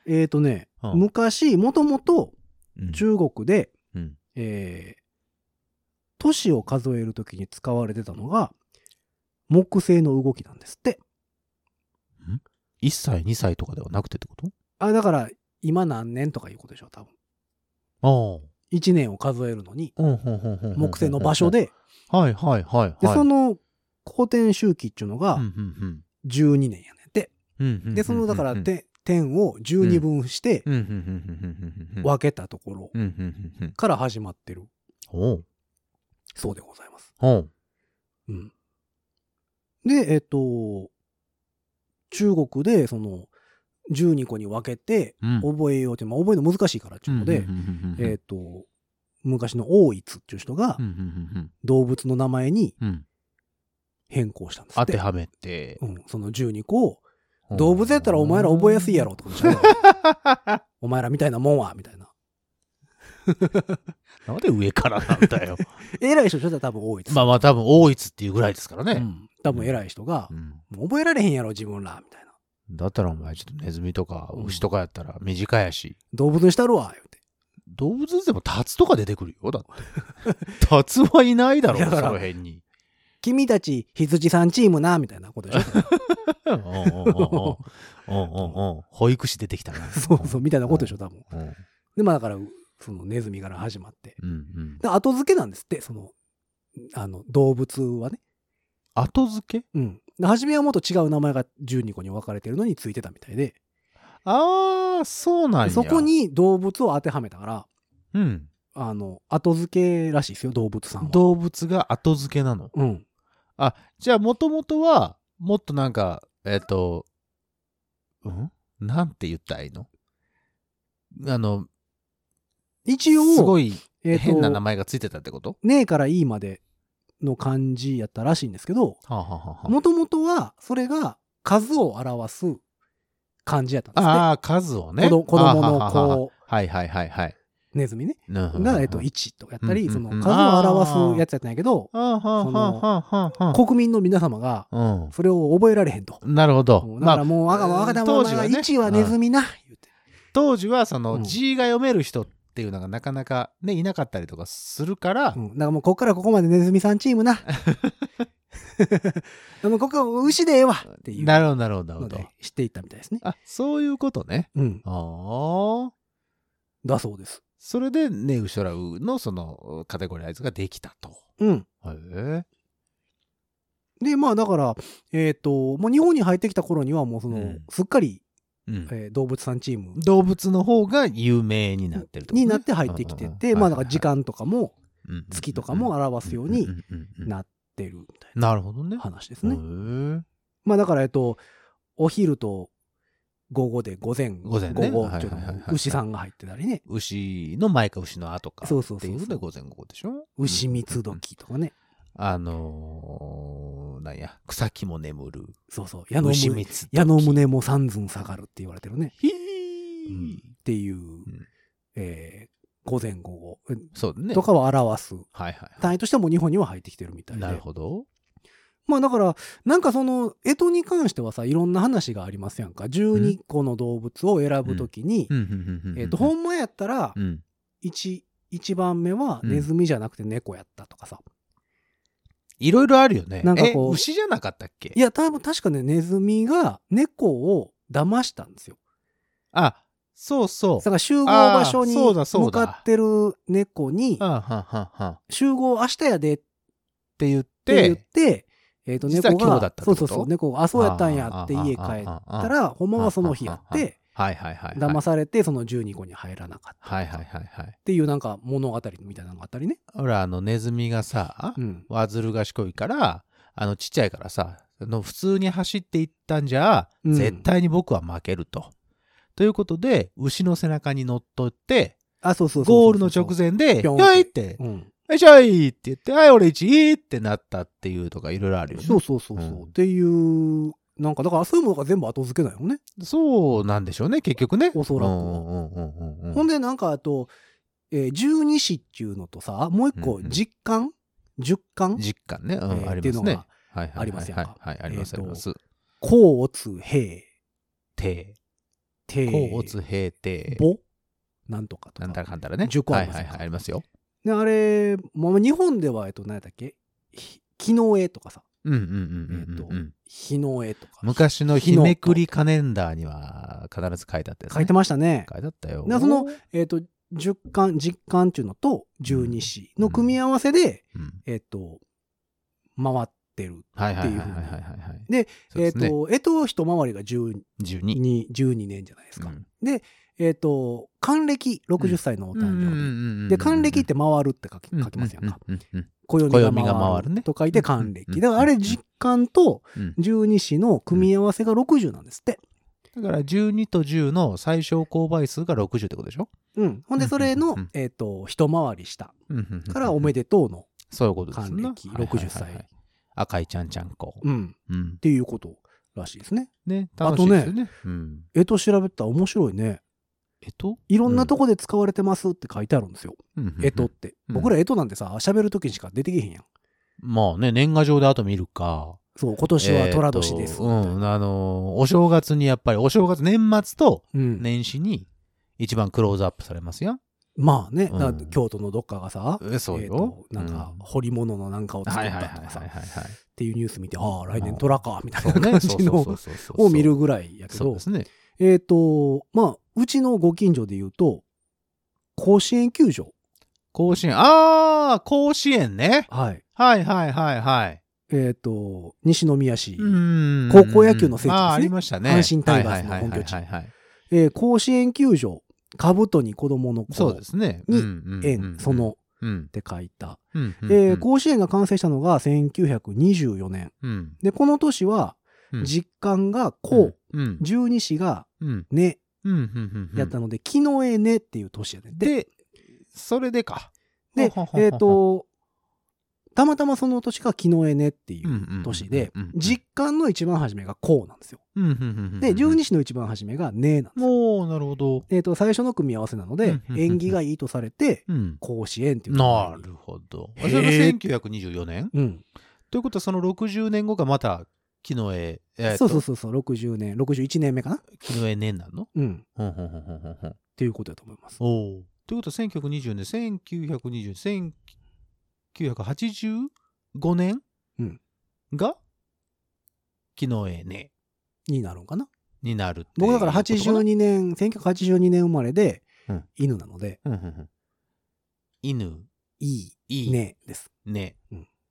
[SPEAKER 2] えっとね、
[SPEAKER 3] うん
[SPEAKER 2] 昔、もともと
[SPEAKER 3] うん
[SPEAKER 2] 中国で、
[SPEAKER 3] うん
[SPEAKER 2] えー都市を数えるときに使われてたのが、木星の動きなんですって。
[SPEAKER 3] 1歳、2歳とかではなくてってこと
[SPEAKER 2] あ、だから、今何年とかいうことでしょ、多分。
[SPEAKER 3] ああ。
[SPEAKER 2] 1年を数えるのに、
[SPEAKER 3] うんうんうんうんうん
[SPEAKER 2] 木星の場所。で、
[SPEAKER 3] はいはいはいはい。
[SPEAKER 2] で、その、公転周期っていうの
[SPEAKER 3] うん
[SPEAKER 2] が
[SPEAKER 3] うん
[SPEAKER 2] 12年やねんて。
[SPEAKER 3] うん、うんうんうんうんうん
[SPEAKER 2] で、その、だから、て点を12分して
[SPEAKER 3] うんうんうんうんうんうん。
[SPEAKER 2] 分けたところ
[SPEAKER 3] うんうんうんうん。
[SPEAKER 2] から始まってる
[SPEAKER 3] おう。
[SPEAKER 2] そうでございます。
[SPEAKER 3] おう。
[SPEAKER 2] うん。で、えっと、中国で、その、12個に分けて、
[SPEAKER 3] うん。
[SPEAKER 2] 覚えようって、まあ、覚えるの難しいからっていうので、えっと、昔の大津っていう人が
[SPEAKER 3] うんうんうん
[SPEAKER 2] 動物の名前に
[SPEAKER 3] うんうん。
[SPEAKER 2] 変更したんです
[SPEAKER 3] 当
[SPEAKER 2] ってて。
[SPEAKER 3] はめて。
[SPEAKER 2] うん、その12個を、動物やったらお前ら覚えやすいやろってこと じゃんお前らみたいなもんは、みたいな。
[SPEAKER 3] なんで上からなん だよ。
[SPEAKER 2] 偉い人じゃ多分大津。
[SPEAKER 3] まあまあ多分大津っていうぐらいですから
[SPEAKER 2] う
[SPEAKER 3] ね。
[SPEAKER 2] ん、多分偉い人が、
[SPEAKER 3] うん
[SPEAKER 2] もう覚えられへんやろ、自分ら、みたいな。
[SPEAKER 3] だったらお前ちょっとネズミとか牛とかやったら短いやし。
[SPEAKER 2] 動物にしたるわ、言うて。
[SPEAKER 3] 動物でもタツとか出てくるよ。だって。 タツはいないだろ、
[SPEAKER 2] だ
[SPEAKER 3] そ
[SPEAKER 2] から
[SPEAKER 3] の辺に。
[SPEAKER 2] 君たち羊さんチームな、みたいなこと でしょ。
[SPEAKER 3] うんうんうんうんうんうん 保育士出てきたな。
[SPEAKER 2] そうそう、みたいなことでしょ、多分。
[SPEAKER 3] うん。うん
[SPEAKER 2] で、まあだから、そのネズミから始まって。
[SPEAKER 3] うん。
[SPEAKER 2] で、後付けなんですって、その、あの、動物はね。
[SPEAKER 3] 後付け
[SPEAKER 2] うん。で初めはもっと違う名前が12個に分かれてるのについてたみたいで、
[SPEAKER 3] ああ、そうなんや。
[SPEAKER 2] そこ。に動物を当てはめたから、
[SPEAKER 3] うん。
[SPEAKER 2] あの、後付けらしいですよ、動物さんは。
[SPEAKER 3] 動物が後付けなの。
[SPEAKER 2] うん。
[SPEAKER 3] じゃあ、もともとは、もっとなんか、えっ、と、うんなんて言ったらいいのあの、
[SPEAKER 2] 一応、
[SPEAKER 3] すごい
[SPEAKER 2] えーと
[SPEAKER 3] 変な名前がついてたってこと、
[SPEAKER 2] ねえからいいまでの漢字やったらしいんですけど、
[SPEAKER 3] はあ、はあはあは
[SPEAKER 2] もともとは、それが数を表す漢字やったんですって。
[SPEAKER 3] あ、ああ、数をね。
[SPEAKER 2] 子ど子供
[SPEAKER 3] あー
[SPEAKER 2] の
[SPEAKER 3] はあはあはあ
[SPEAKER 2] こ
[SPEAKER 3] はいはいはいはい。
[SPEAKER 2] うネズミね
[SPEAKER 3] が
[SPEAKER 2] が、えっと、1とかやった
[SPEAKER 3] うん
[SPEAKER 2] り
[SPEAKER 3] うん
[SPEAKER 2] その
[SPEAKER 3] うん
[SPEAKER 2] 数を表すやつやったんやけど
[SPEAKER 3] ああ、はあはあはあはあ。
[SPEAKER 2] 国民の皆様が
[SPEAKER 3] うん
[SPEAKER 2] それを覚えられへんと。
[SPEAKER 3] なるほど。
[SPEAKER 2] うんだ
[SPEAKER 3] ま
[SPEAKER 2] から
[SPEAKER 3] あ、
[SPEAKER 2] もう、あがわかったもん、
[SPEAKER 3] 当
[SPEAKER 2] お
[SPEAKER 3] 時
[SPEAKER 2] 前
[SPEAKER 3] は
[SPEAKER 2] は
[SPEAKER 3] ね
[SPEAKER 2] 1はネズミな、言うて。
[SPEAKER 3] 当時はその
[SPEAKER 2] うん
[SPEAKER 3] 字が読める人っていうのがなかなかね、いなかったりとかするから
[SPEAKER 2] う、ん。だからもう、こっからここまでネズミさんチームな。でもここ、牛でええわっていう
[SPEAKER 3] なるほどなるほどなる
[SPEAKER 2] の
[SPEAKER 3] ほど
[SPEAKER 2] で。知っていったみたいですね。
[SPEAKER 3] あ、そういうことね。
[SPEAKER 2] うん。
[SPEAKER 3] ああ。
[SPEAKER 2] だそうです。
[SPEAKER 3] それで、ネウショラウのそのカテゴライズができたと。
[SPEAKER 2] うん。
[SPEAKER 3] へ
[SPEAKER 2] で、まあ、だから、えっと、もう日本に入ってきた頃には、もうその
[SPEAKER 3] うん、
[SPEAKER 2] すっかり
[SPEAKER 3] えうん
[SPEAKER 2] えー動物さんチーム
[SPEAKER 3] 動物の方が有名になってるってことね
[SPEAKER 2] になって入ってきて
[SPEAKER 3] うんうんう
[SPEAKER 2] て、
[SPEAKER 3] ん
[SPEAKER 2] まあ、だから時間とかも、
[SPEAKER 3] うんうんうん
[SPEAKER 2] 月とかも表すようになってるみたい
[SPEAKER 3] なるほどね
[SPEAKER 2] な。話です
[SPEAKER 3] へ
[SPEAKER 2] ね。
[SPEAKER 3] え
[SPEAKER 2] まあだから、えっと、お昼と午後で午前、
[SPEAKER 3] 午前ね
[SPEAKER 2] 後っていうの
[SPEAKER 3] はいはいはい
[SPEAKER 2] も
[SPEAKER 3] はい
[SPEAKER 2] 牛さんが入ってたりね、
[SPEAKER 3] 牛の前か牛の後か
[SPEAKER 2] そうそうそう
[SPEAKER 3] っていうので午前午後でしょ
[SPEAKER 2] 牛蜜時とかね、
[SPEAKER 3] あのー、なんや草木も眠る
[SPEAKER 2] そうそう、矢の
[SPEAKER 3] 牛
[SPEAKER 2] 胸
[SPEAKER 3] 蜜時
[SPEAKER 2] 矢の胸も三寸下がるって言われてるね、
[SPEAKER 3] ひ
[SPEAKER 2] う
[SPEAKER 3] ー
[SPEAKER 2] んっていう、えー午前午後
[SPEAKER 3] そうね
[SPEAKER 2] とかを表す。
[SPEAKER 3] はいはいは
[SPEAKER 2] 単位としてはもう日本には入ってきてるみたい
[SPEAKER 3] い
[SPEAKER 2] で。
[SPEAKER 3] なるほど
[SPEAKER 2] まあだから、なんかその、干支に関してはさ、いろんな話がありますやんか。12個の動物を選ぶときに、えっ、と、ほんまやったら、
[SPEAKER 3] うん
[SPEAKER 2] 1、一番目はネズミじゃなくて猫やったとかさ。
[SPEAKER 3] いろいろあるよね
[SPEAKER 2] なんかこう
[SPEAKER 3] え牛じゃなかったっけ
[SPEAKER 2] いや、多分確かね、ネズミが猫を騙したんですよ。
[SPEAKER 3] あそうそう
[SPEAKER 2] だから集合場所
[SPEAKER 3] あー
[SPEAKER 2] に
[SPEAKER 3] そうだそう
[SPEAKER 2] 向
[SPEAKER 3] だ
[SPEAKER 2] かってる猫に
[SPEAKER 3] あ、はんはんはんっ
[SPEAKER 2] 集合明日やでって
[SPEAKER 3] て言っ
[SPEAKER 2] 言ってて、えっ、と、
[SPEAKER 3] 実は
[SPEAKER 2] 猫
[SPEAKER 3] 今日だ
[SPEAKER 2] が
[SPEAKER 3] った、って
[SPEAKER 2] そ
[SPEAKER 3] こ
[SPEAKER 2] う
[SPEAKER 3] と
[SPEAKER 2] そうそう、猫が、あ、そうやったんやって家帰っ
[SPEAKER 3] った
[SPEAKER 2] ら、ほんまはその日やっ
[SPEAKER 3] あーあーあー
[SPEAKER 2] て、
[SPEAKER 3] はいはいはいはい
[SPEAKER 2] 騙されて、その12個に入らなかった。
[SPEAKER 3] はいはいはいはい
[SPEAKER 2] っていうなんか物語みたいなのがあったりね。
[SPEAKER 3] ほらあのネズミがさ
[SPEAKER 2] うん。
[SPEAKER 3] わずる賢いから、あの、ちっちゃいからさ、あの普通に走っていったんじゃ、
[SPEAKER 2] うん
[SPEAKER 3] 絶対に僕は負けると。ということで、牛の背中に乗っ取って、
[SPEAKER 2] あ、そうそうそうそう
[SPEAKER 3] ゴールの直。前で、
[SPEAKER 2] ぴょん
[SPEAKER 3] よいって、
[SPEAKER 2] うん。
[SPEAKER 3] よいしょいって言って、はい、俺1位ってなったっていうとか、いろいろあるよね。
[SPEAKER 2] そうそうそうそう。
[SPEAKER 3] うん
[SPEAKER 2] っていうなんかだからそういうものが全部後付けだよね。
[SPEAKER 3] そうなんでしょうね、結局ね。
[SPEAKER 2] おそらくは
[SPEAKER 3] うんうんうんうんうん
[SPEAKER 2] ほんでなんかあと、えー、十二支っていうのとさもう一個
[SPEAKER 3] うんうん
[SPEAKER 2] 実感、十感
[SPEAKER 3] 実感ね、うん
[SPEAKER 2] えー
[SPEAKER 3] あ
[SPEAKER 2] って
[SPEAKER 3] り
[SPEAKER 2] いう
[SPEAKER 3] ま
[SPEAKER 2] のが
[SPEAKER 3] すね。はいはいはい
[SPEAKER 2] ありますやんか
[SPEAKER 3] はい、はいあります、
[SPEAKER 2] えー
[SPEAKER 3] あ
[SPEAKER 2] と
[SPEAKER 3] ります。
[SPEAKER 2] 甲乙丙
[SPEAKER 3] て、
[SPEAKER 2] 丁
[SPEAKER 3] 甲乙平て、
[SPEAKER 2] 母なんとかとか
[SPEAKER 3] なんたらかんたらね。
[SPEAKER 2] 10個あ
[SPEAKER 3] は
[SPEAKER 2] り
[SPEAKER 3] い
[SPEAKER 2] ます
[SPEAKER 3] は
[SPEAKER 2] や
[SPEAKER 3] い
[SPEAKER 2] んか
[SPEAKER 3] はい、ありますよ。
[SPEAKER 2] であれもう日本ではえっと何やったっけひ木の絵とかさ
[SPEAKER 3] うんうん
[SPEAKER 2] え
[SPEAKER 3] うん
[SPEAKER 2] っ
[SPEAKER 3] うん
[SPEAKER 2] と
[SPEAKER 3] うんうん。
[SPEAKER 2] 日の絵とか
[SPEAKER 3] 昔の日めくりカレンダーには必ず書いてあったやつね
[SPEAKER 2] 書いてましたね。
[SPEAKER 3] 書いてあったよ。
[SPEAKER 2] でその、えっと十巻実巻っていうのと十二支の組み合わせで、
[SPEAKER 3] うん
[SPEAKER 2] えっと回ってる。
[SPEAKER 3] はいはいはいはい
[SPEAKER 2] って
[SPEAKER 3] はい
[SPEAKER 2] いう
[SPEAKER 3] はい。
[SPEAKER 2] で
[SPEAKER 3] そうすね
[SPEAKER 2] えっ、とえと一回りが12
[SPEAKER 3] 12。
[SPEAKER 2] 12年じゃないですか。
[SPEAKER 3] うん
[SPEAKER 2] えっ、と、還暦60歳のお誕生日。で、還暦って回るって書き書きますやんか。
[SPEAKER 3] ううううん
[SPEAKER 2] 暦が
[SPEAKER 3] 暦が
[SPEAKER 2] 回
[SPEAKER 3] 回るね
[SPEAKER 2] ると書いて還
[SPEAKER 3] うん
[SPEAKER 2] 暦。だからあれ、実感と
[SPEAKER 3] うん
[SPEAKER 2] 十二支の組み合わせが60なんですって。
[SPEAKER 3] だから12と10の最小公倍数が60ってことでしょ
[SPEAKER 2] うん。ほんで、それ
[SPEAKER 3] う
[SPEAKER 2] の
[SPEAKER 3] んうん、
[SPEAKER 2] えっ、と、一回り下か
[SPEAKER 3] から
[SPEAKER 2] おめ
[SPEAKER 3] で
[SPEAKER 2] でとうの、
[SPEAKER 3] そういうことですね。
[SPEAKER 2] 還暦60歳
[SPEAKER 3] はいはいはいはい赤いちゃんちゃんこ。
[SPEAKER 2] うん、
[SPEAKER 3] うん
[SPEAKER 2] っ。ていうことらしいですね。
[SPEAKER 3] ね、
[SPEAKER 2] あ
[SPEAKER 3] 楽し
[SPEAKER 2] と
[SPEAKER 3] い
[SPEAKER 2] ね
[SPEAKER 3] ですよね。うん
[SPEAKER 2] えと調べたら面白いね。
[SPEAKER 3] えっと
[SPEAKER 2] いろんなとこで使われてますって書いてあるんですよ。えとっ。て。
[SPEAKER 3] うん
[SPEAKER 2] 僕らえとなんてさ、喋るときにしか出てけへんやん。
[SPEAKER 3] まあね、年賀状であと見るか。
[SPEAKER 2] そう、今年は
[SPEAKER 3] え
[SPEAKER 2] 寅
[SPEAKER 3] ーと
[SPEAKER 2] 年です。
[SPEAKER 3] うん、あのー、お正月にやっぱり、お正月、年末と
[SPEAKER 2] うん。
[SPEAKER 3] 年始に一番クローズアップされますやん。
[SPEAKER 2] まあね、
[SPEAKER 3] うん
[SPEAKER 2] だから京都のどっかがさ、
[SPEAKER 3] えそう
[SPEAKER 2] えー
[SPEAKER 3] よ
[SPEAKER 2] と。なんか
[SPEAKER 3] う
[SPEAKER 2] 彫り物のなんかを作
[SPEAKER 3] はい
[SPEAKER 2] っ
[SPEAKER 3] はい
[SPEAKER 2] た
[SPEAKER 3] はい
[SPEAKER 2] とかさ、
[SPEAKER 3] はい
[SPEAKER 2] っ
[SPEAKER 3] はい。
[SPEAKER 2] ていうニュース見て、ああ、来
[SPEAKER 3] う
[SPEAKER 2] 年
[SPEAKER 3] ん
[SPEAKER 2] 虎か、みたい
[SPEAKER 3] そう
[SPEAKER 2] な感
[SPEAKER 3] ね
[SPEAKER 2] じの
[SPEAKER 3] そうそうそうそうそう
[SPEAKER 2] を見るぐらいやけ
[SPEAKER 3] そう
[SPEAKER 2] ど
[SPEAKER 3] で、すね。
[SPEAKER 2] えっと、まあ、うちのご近所で言うと、甲子園球場。
[SPEAKER 3] 甲子園。あー、甲子園ね。
[SPEAKER 2] はい。
[SPEAKER 3] はいはいはいはい。
[SPEAKER 2] えっと、西宮市、
[SPEAKER 3] うん
[SPEAKER 2] 高校野球の聖地ですね
[SPEAKER 3] あーありましたね。
[SPEAKER 2] 阪神タイガースの本拠地
[SPEAKER 3] はいはいはいはいはい
[SPEAKER 2] えー甲子園球場、兜に子供の子、
[SPEAKER 3] そうですね。
[SPEAKER 2] に
[SPEAKER 3] うんうんうん
[SPEAKER 2] 園、そ、の、
[SPEAKER 3] うん
[SPEAKER 2] って書いた。
[SPEAKER 3] うんうん
[SPEAKER 2] えー甲子園が完成したのが1924年。
[SPEAKER 3] うん
[SPEAKER 2] で、この年は、
[SPEAKER 3] うん
[SPEAKER 2] 実感が甲、
[SPEAKER 3] うん
[SPEAKER 2] 十二支が
[SPEAKER 3] うん
[SPEAKER 2] ね、
[SPEAKER 3] うんうんうんうん
[SPEAKER 2] やったので、木の絵ねっていう年やね。で、
[SPEAKER 3] で、それでか。
[SPEAKER 2] で
[SPEAKER 3] ほうほうほうほう
[SPEAKER 2] えっ、と、たまたまその年が木の絵ねってい
[SPEAKER 3] うんうんう
[SPEAKER 2] うん年で
[SPEAKER 3] うんうん、
[SPEAKER 2] 実感の一番初めがこうなんですよ。
[SPEAKER 3] うんうんうんうん
[SPEAKER 2] で、十二支の一番初めがねなんですよ。
[SPEAKER 3] もう、なるほど。
[SPEAKER 2] えっ、と、最初の組み合わせなの
[SPEAKER 3] う
[SPEAKER 2] で
[SPEAKER 3] ん、うんうん
[SPEAKER 2] 縁起がいいとされて、
[SPEAKER 3] うん。
[SPEAKER 2] 甲子園っていう。
[SPEAKER 3] なる。ほど。
[SPEAKER 2] へ
[SPEAKER 3] そ
[SPEAKER 2] ー
[SPEAKER 3] れが1924年
[SPEAKER 2] うん。
[SPEAKER 3] ということは、その60年後がまた、木の絵、えー
[SPEAKER 2] そうそ
[SPEAKER 3] と
[SPEAKER 2] うそうそう、60年、61年目かな
[SPEAKER 3] 木の絵年なの
[SPEAKER 2] うん。っ
[SPEAKER 3] ほんほんほんほんほんほん。
[SPEAKER 2] ていうことだと思います。
[SPEAKER 3] おお。ということは1920年、1920年、1985年
[SPEAKER 2] うん
[SPEAKER 3] が、木の絵ね、
[SPEAKER 2] になるんかな
[SPEAKER 3] になるっていう
[SPEAKER 2] 僕だから
[SPEAKER 3] ことかな
[SPEAKER 2] 82年、1982年生まれで
[SPEAKER 3] うん、
[SPEAKER 2] 犬なので、
[SPEAKER 3] うんうんうん犬、
[SPEAKER 2] い
[SPEAKER 3] い
[SPEAKER 2] い
[SPEAKER 3] い、ね。
[SPEAKER 2] ねです。うん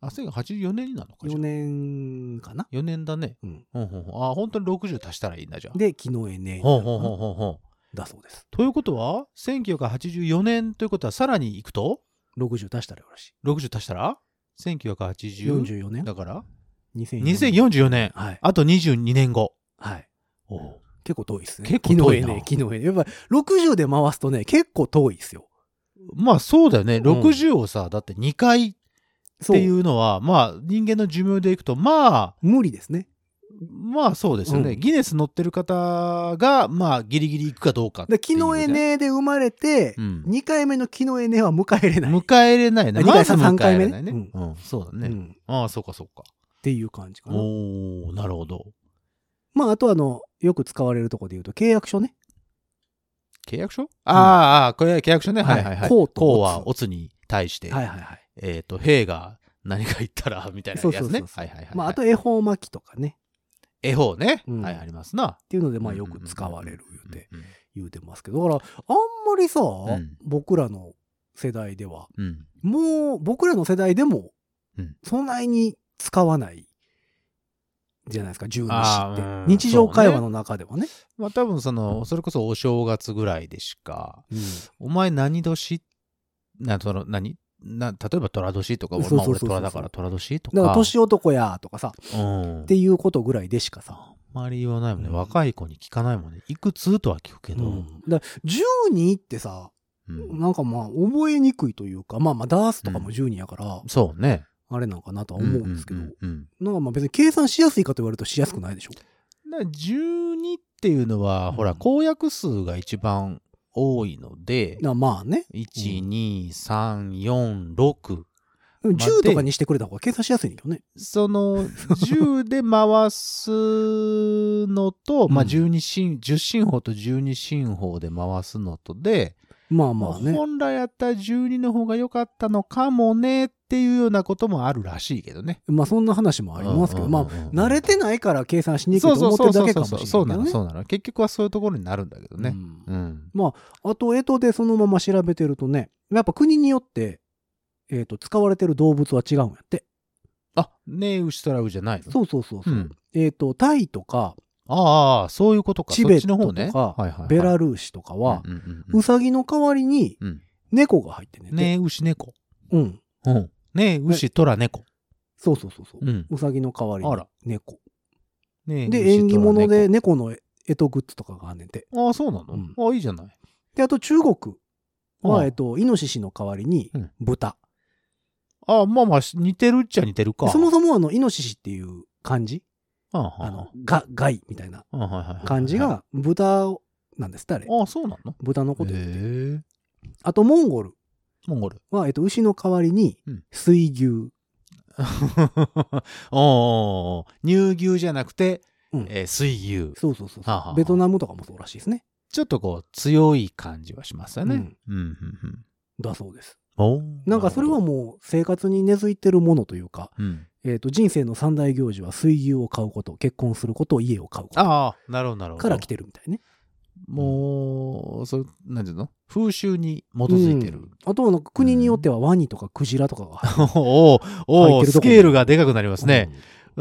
[SPEAKER 3] あ、1984年になるのかじ
[SPEAKER 2] 4
[SPEAKER 3] ゃあ
[SPEAKER 2] 年かな
[SPEAKER 3] 4年だね。
[SPEAKER 2] うん
[SPEAKER 3] ほんほんほんあ、本当に60足したらいいんだじゃあ。
[SPEAKER 2] で、昨日 NA
[SPEAKER 3] ほんほんほんほんほん。
[SPEAKER 2] だそうです。
[SPEAKER 3] ということは、1984年ということは、さらにいくと、
[SPEAKER 2] 60足したらよろし
[SPEAKER 3] 60足したら
[SPEAKER 2] い。
[SPEAKER 3] ?1980
[SPEAKER 2] 44年
[SPEAKER 3] だから
[SPEAKER 2] 2004年。
[SPEAKER 3] 2044年。
[SPEAKER 2] はい。
[SPEAKER 3] あと22年後。
[SPEAKER 2] はい。結構遠いですね。
[SPEAKER 3] 結構遠いな
[SPEAKER 2] 昨日 NA、昨日 NA。やっぱ60で回すとね、結構遠いですよ。
[SPEAKER 3] まあそうだよね。
[SPEAKER 2] ん
[SPEAKER 3] 60をさ、だって2回っ
[SPEAKER 2] そ。
[SPEAKER 3] ていううのは、まあ人間の寿命でいくと、まあ、
[SPEAKER 2] 無理ですね。
[SPEAKER 3] まあそうですよね。
[SPEAKER 2] うん
[SPEAKER 3] ギネス乗ってる方が、まあギリギリいくかどうかってい
[SPEAKER 2] で
[SPEAKER 3] う、
[SPEAKER 2] 昨日 NA で生まれて
[SPEAKER 3] う、ん
[SPEAKER 2] 2回目の昨日 NA は迎えれない。
[SPEAKER 3] 迎えれないね。
[SPEAKER 2] あ
[SPEAKER 3] まず迎えれ
[SPEAKER 2] 二回目
[SPEAKER 3] ないね。
[SPEAKER 2] ね
[SPEAKER 3] うん、そうだ
[SPEAKER 2] う
[SPEAKER 3] ね。
[SPEAKER 2] ん。
[SPEAKER 3] ああ、そうかそうか。
[SPEAKER 2] っていう感じかな。
[SPEAKER 3] おー、なるほど。
[SPEAKER 2] まあ、あとあの、よく使われるとこで言うと、契約書ね。
[SPEAKER 3] 契約書ああ、ああ、これ契約書ね。はいはいは。
[SPEAKER 2] はいいこうと
[SPEAKER 3] こうは、
[SPEAKER 2] 乙
[SPEAKER 3] オツに対して、
[SPEAKER 2] はいはいはい。
[SPEAKER 3] えっと、兵が何か言ったら、みたいなやつね。
[SPEAKER 2] そうそうそうそう
[SPEAKER 3] はいはいはいはい。
[SPEAKER 2] まあ、あと恵方巻きとかね。
[SPEAKER 3] 絵本ね。
[SPEAKER 2] うん
[SPEAKER 3] はい、ありますな。
[SPEAKER 2] っていうので、まあ、よく使われる言うて、
[SPEAKER 3] うんうん
[SPEAKER 2] 言うてますけど。だから、あんまりさ、
[SPEAKER 3] ん
[SPEAKER 2] 僕らの世代では、
[SPEAKER 3] うん。うん
[SPEAKER 2] もう僕らの世代でも
[SPEAKER 3] うん、
[SPEAKER 2] そんなに使わないじゃないですか、十二支
[SPEAKER 3] あ
[SPEAKER 2] って
[SPEAKER 3] ーうん。
[SPEAKER 2] 日常会話の中ではね。
[SPEAKER 3] まあ多分その、それこそお正月ぐらいでしか、お前何年な、その、何な例えば虎年とか、俺
[SPEAKER 2] そう
[SPEAKER 3] まあ
[SPEAKER 2] そう
[SPEAKER 3] 俺
[SPEAKER 2] そうそう
[SPEAKER 3] 虎だから虎年と
[SPEAKER 2] うんだから、
[SPEAKER 3] か、
[SPEAKER 2] 年男やとかさ、
[SPEAKER 3] うん、
[SPEAKER 2] っていうことぐらいでしかさ。
[SPEAKER 3] あんまり言わないもんね。
[SPEAKER 2] うん
[SPEAKER 3] 若い子に聞かないもんね。いくつとは聞くけ
[SPEAKER 2] う
[SPEAKER 3] ど、
[SPEAKER 2] ん、だから12ってさ、
[SPEAKER 3] うん
[SPEAKER 2] なんかまあ、覚えにくいというか、まあまあ、ダースとかも12やから、
[SPEAKER 3] そうね。
[SPEAKER 2] あれなんかなとは思うんですけど、
[SPEAKER 3] うんうんうんうん
[SPEAKER 2] なんかまあ別に計算しやすいかと言われるとしやすくないでしょ。
[SPEAKER 3] だから12っていうのは、
[SPEAKER 2] うん
[SPEAKER 3] ほら、公約数が一番多いので、
[SPEAKER 2] なまあね。
[SPEAKER 3] 1、2、3、4、6。
[SPEAKER 2] でも
[SPEAKER 3] まあ
[SPEAKER 2] 10と
[SPEAKER 3] で
[SPEAKER 2] かにしてくれた方が計算しやすいんだよね。
[SPEAKER 3] その、10で回すのと、まあ、
[SPEAKER 2] うん
[SPEAKER 3] 12進、10進法と12進法で回すのとで、
[SPEAKER 2] まあまあね。
[SPEAKER 3] 本来やったら12の方が良かったのかもねっていうようなこともあるらしいけどね。
[SPEAKER 2] まあそんな話もありますけど、
[SPEAKER 3] うんうん
[SPEAKER 2] ま
[SPEAKER 3] うん
[SPEAKER 2] あ
[SPEAKER 3] うん
[SPEAKER 2] 慣れてないから計算しにくいと思ってるだけかもしれないけ
[SPEAKER 3] そう
[SPEAKER 2] ど
[SPEAKER 3] なの、
[SPEAKER 2] ね。
[SPEAKER 3] そうなの。結局はそういうところになるんだけどね。
[SPEAKER 2] うん
[SPEAKER 3] うん。
[SPEAKER 2] あと、干支でそのまま調べてるとね、やっぱ国によって、えっと使われてる動物は違うんやって。
[SPEAKER 3] あ、ねえ、ウシトラウじゃないの
[SPEAKER 2] そうそうそうそう。
[SPEAKER 3] うん
[SPEAKER 2] えっとタイとか
[SPEAKER 3] ああ、そういうことか。
[SPEAKER 2] チベット
[SPEAKER 3] そっちの方ね
[SPEAKER 2] とか
[SPEAKER 3] はいはいはい
[SPEAKER 2] ベラルーシとかは、
[SPEAKER 3] うんうんうん
[SPEAKER 2] ウサギの代わりに
[SPEAKER 3] うん
[SPEAKER 2] 猫が入ってんねんて
[SPEAKER 3] ねえ、牛猫。
[SPEAKER 2] うん。
[SPEAKER 3] うん。ねえ、牛虎猫。
[SPEAKER 2] そうそうそうそうう。
[SPEAKER 3] ん。
[SPEAKER 2] ウサギの代わり
[SPEAKER 3] あ
[SPEAKER 2] に
[SPEAKER 3] ら
[SPEAKER 2] 猫。
[SPEAKER 3] ねえ、
[SPEAKER 2] で、
[SPEAKER 3] 牛
[SPEAKER 2] 縁起物
[SPEAKER 3] 虎
[SPEAKER 2] で
[SPEAKER 3] 猫。
[SPEAKER 2] 猫の干支グッズとかがあんねんて。
[SPEAKER 3] ああ、そうなの、ああ、いいじゃない。
[SPEAKER 2] で、あと中国
[SPEAKER 3] ああ
[SPEAKER 2] は、えっと、イノシシの代わりに
[SPEAKER 3] うん
[SPEAKER 2] 豚。
[SPEAKER 3] ああ、まあまあ、似てるっちゃ似てるか。
[SPEAKER 2] そもそもあの、イノシシっていう漢字、
[SPEAKER 3] あ
[SPEAKER 2] あの、が、害みたいな
[SPEAKER 3] の
[SPEAKER 2] 漢字。が豚なんですって、あれ。
[SPEAKER 3] ああ、そうなの
[SPEAKER 2] 豚のこと
[SPEAKER 3] へ
[SPEAKER 2] 言って。
[SPEAKER 3] え。
[SPEAKER 2] あと、モンゴル
[SPEAKER 3] モンゴル。
[SPEAKER 2] は、えっと、牛の代わりに
[SPEAKER 3] うん
[SPEAKER 2] 水牛。
[SPEAKER 3] おお乳牛じゃなくて、
[SPEAKER 2] うん
[SPEAKER 3] えー水牛。
[SPEAKER 2] そうそうそうそ
[SPEAKER 3] はあはあはあ
[SPEAKER 2] う。ベトナムとかもそうらしいですね。
[SPEAKER 3] ちょっとこう、強い感じはしますよね。
[SPEAKER 2] うん
[SPEAKER 3] うん、うん、うん。
[SPEAKER 2] だそうです。
[SPEAKER 3] お
[SPEAKER 2] なんかそれは
[SPEAKER 3] う、
[SPEAKER 2] もう生活に根付いてるものというか、
[SPEAKER 3] うん、
[SPEAKER 2] えっ、と、人生の三大行事は水牛を買うこと、結婚すること、家を買うこと
[SPEAKER 3] ああ、なるほど、なるほど。
[SPEAKER 2] から来てるみたいね。
[SPEAKER 3] もう、そう、なんていうの風習に基づいてる。
[SPEAKER 2] うんあとはなんか国によってはワニとかクジラとかが入ってる
[SPEAKER 3] おおお
[SPEAKER 2] 入っ
[SPEAKER 3] お
[SPEAKER 2] てると
[SPEAKER 3] ス
[SPEAKER 2] こも
[SPEAKER 3] ケールがでかくなりますね。。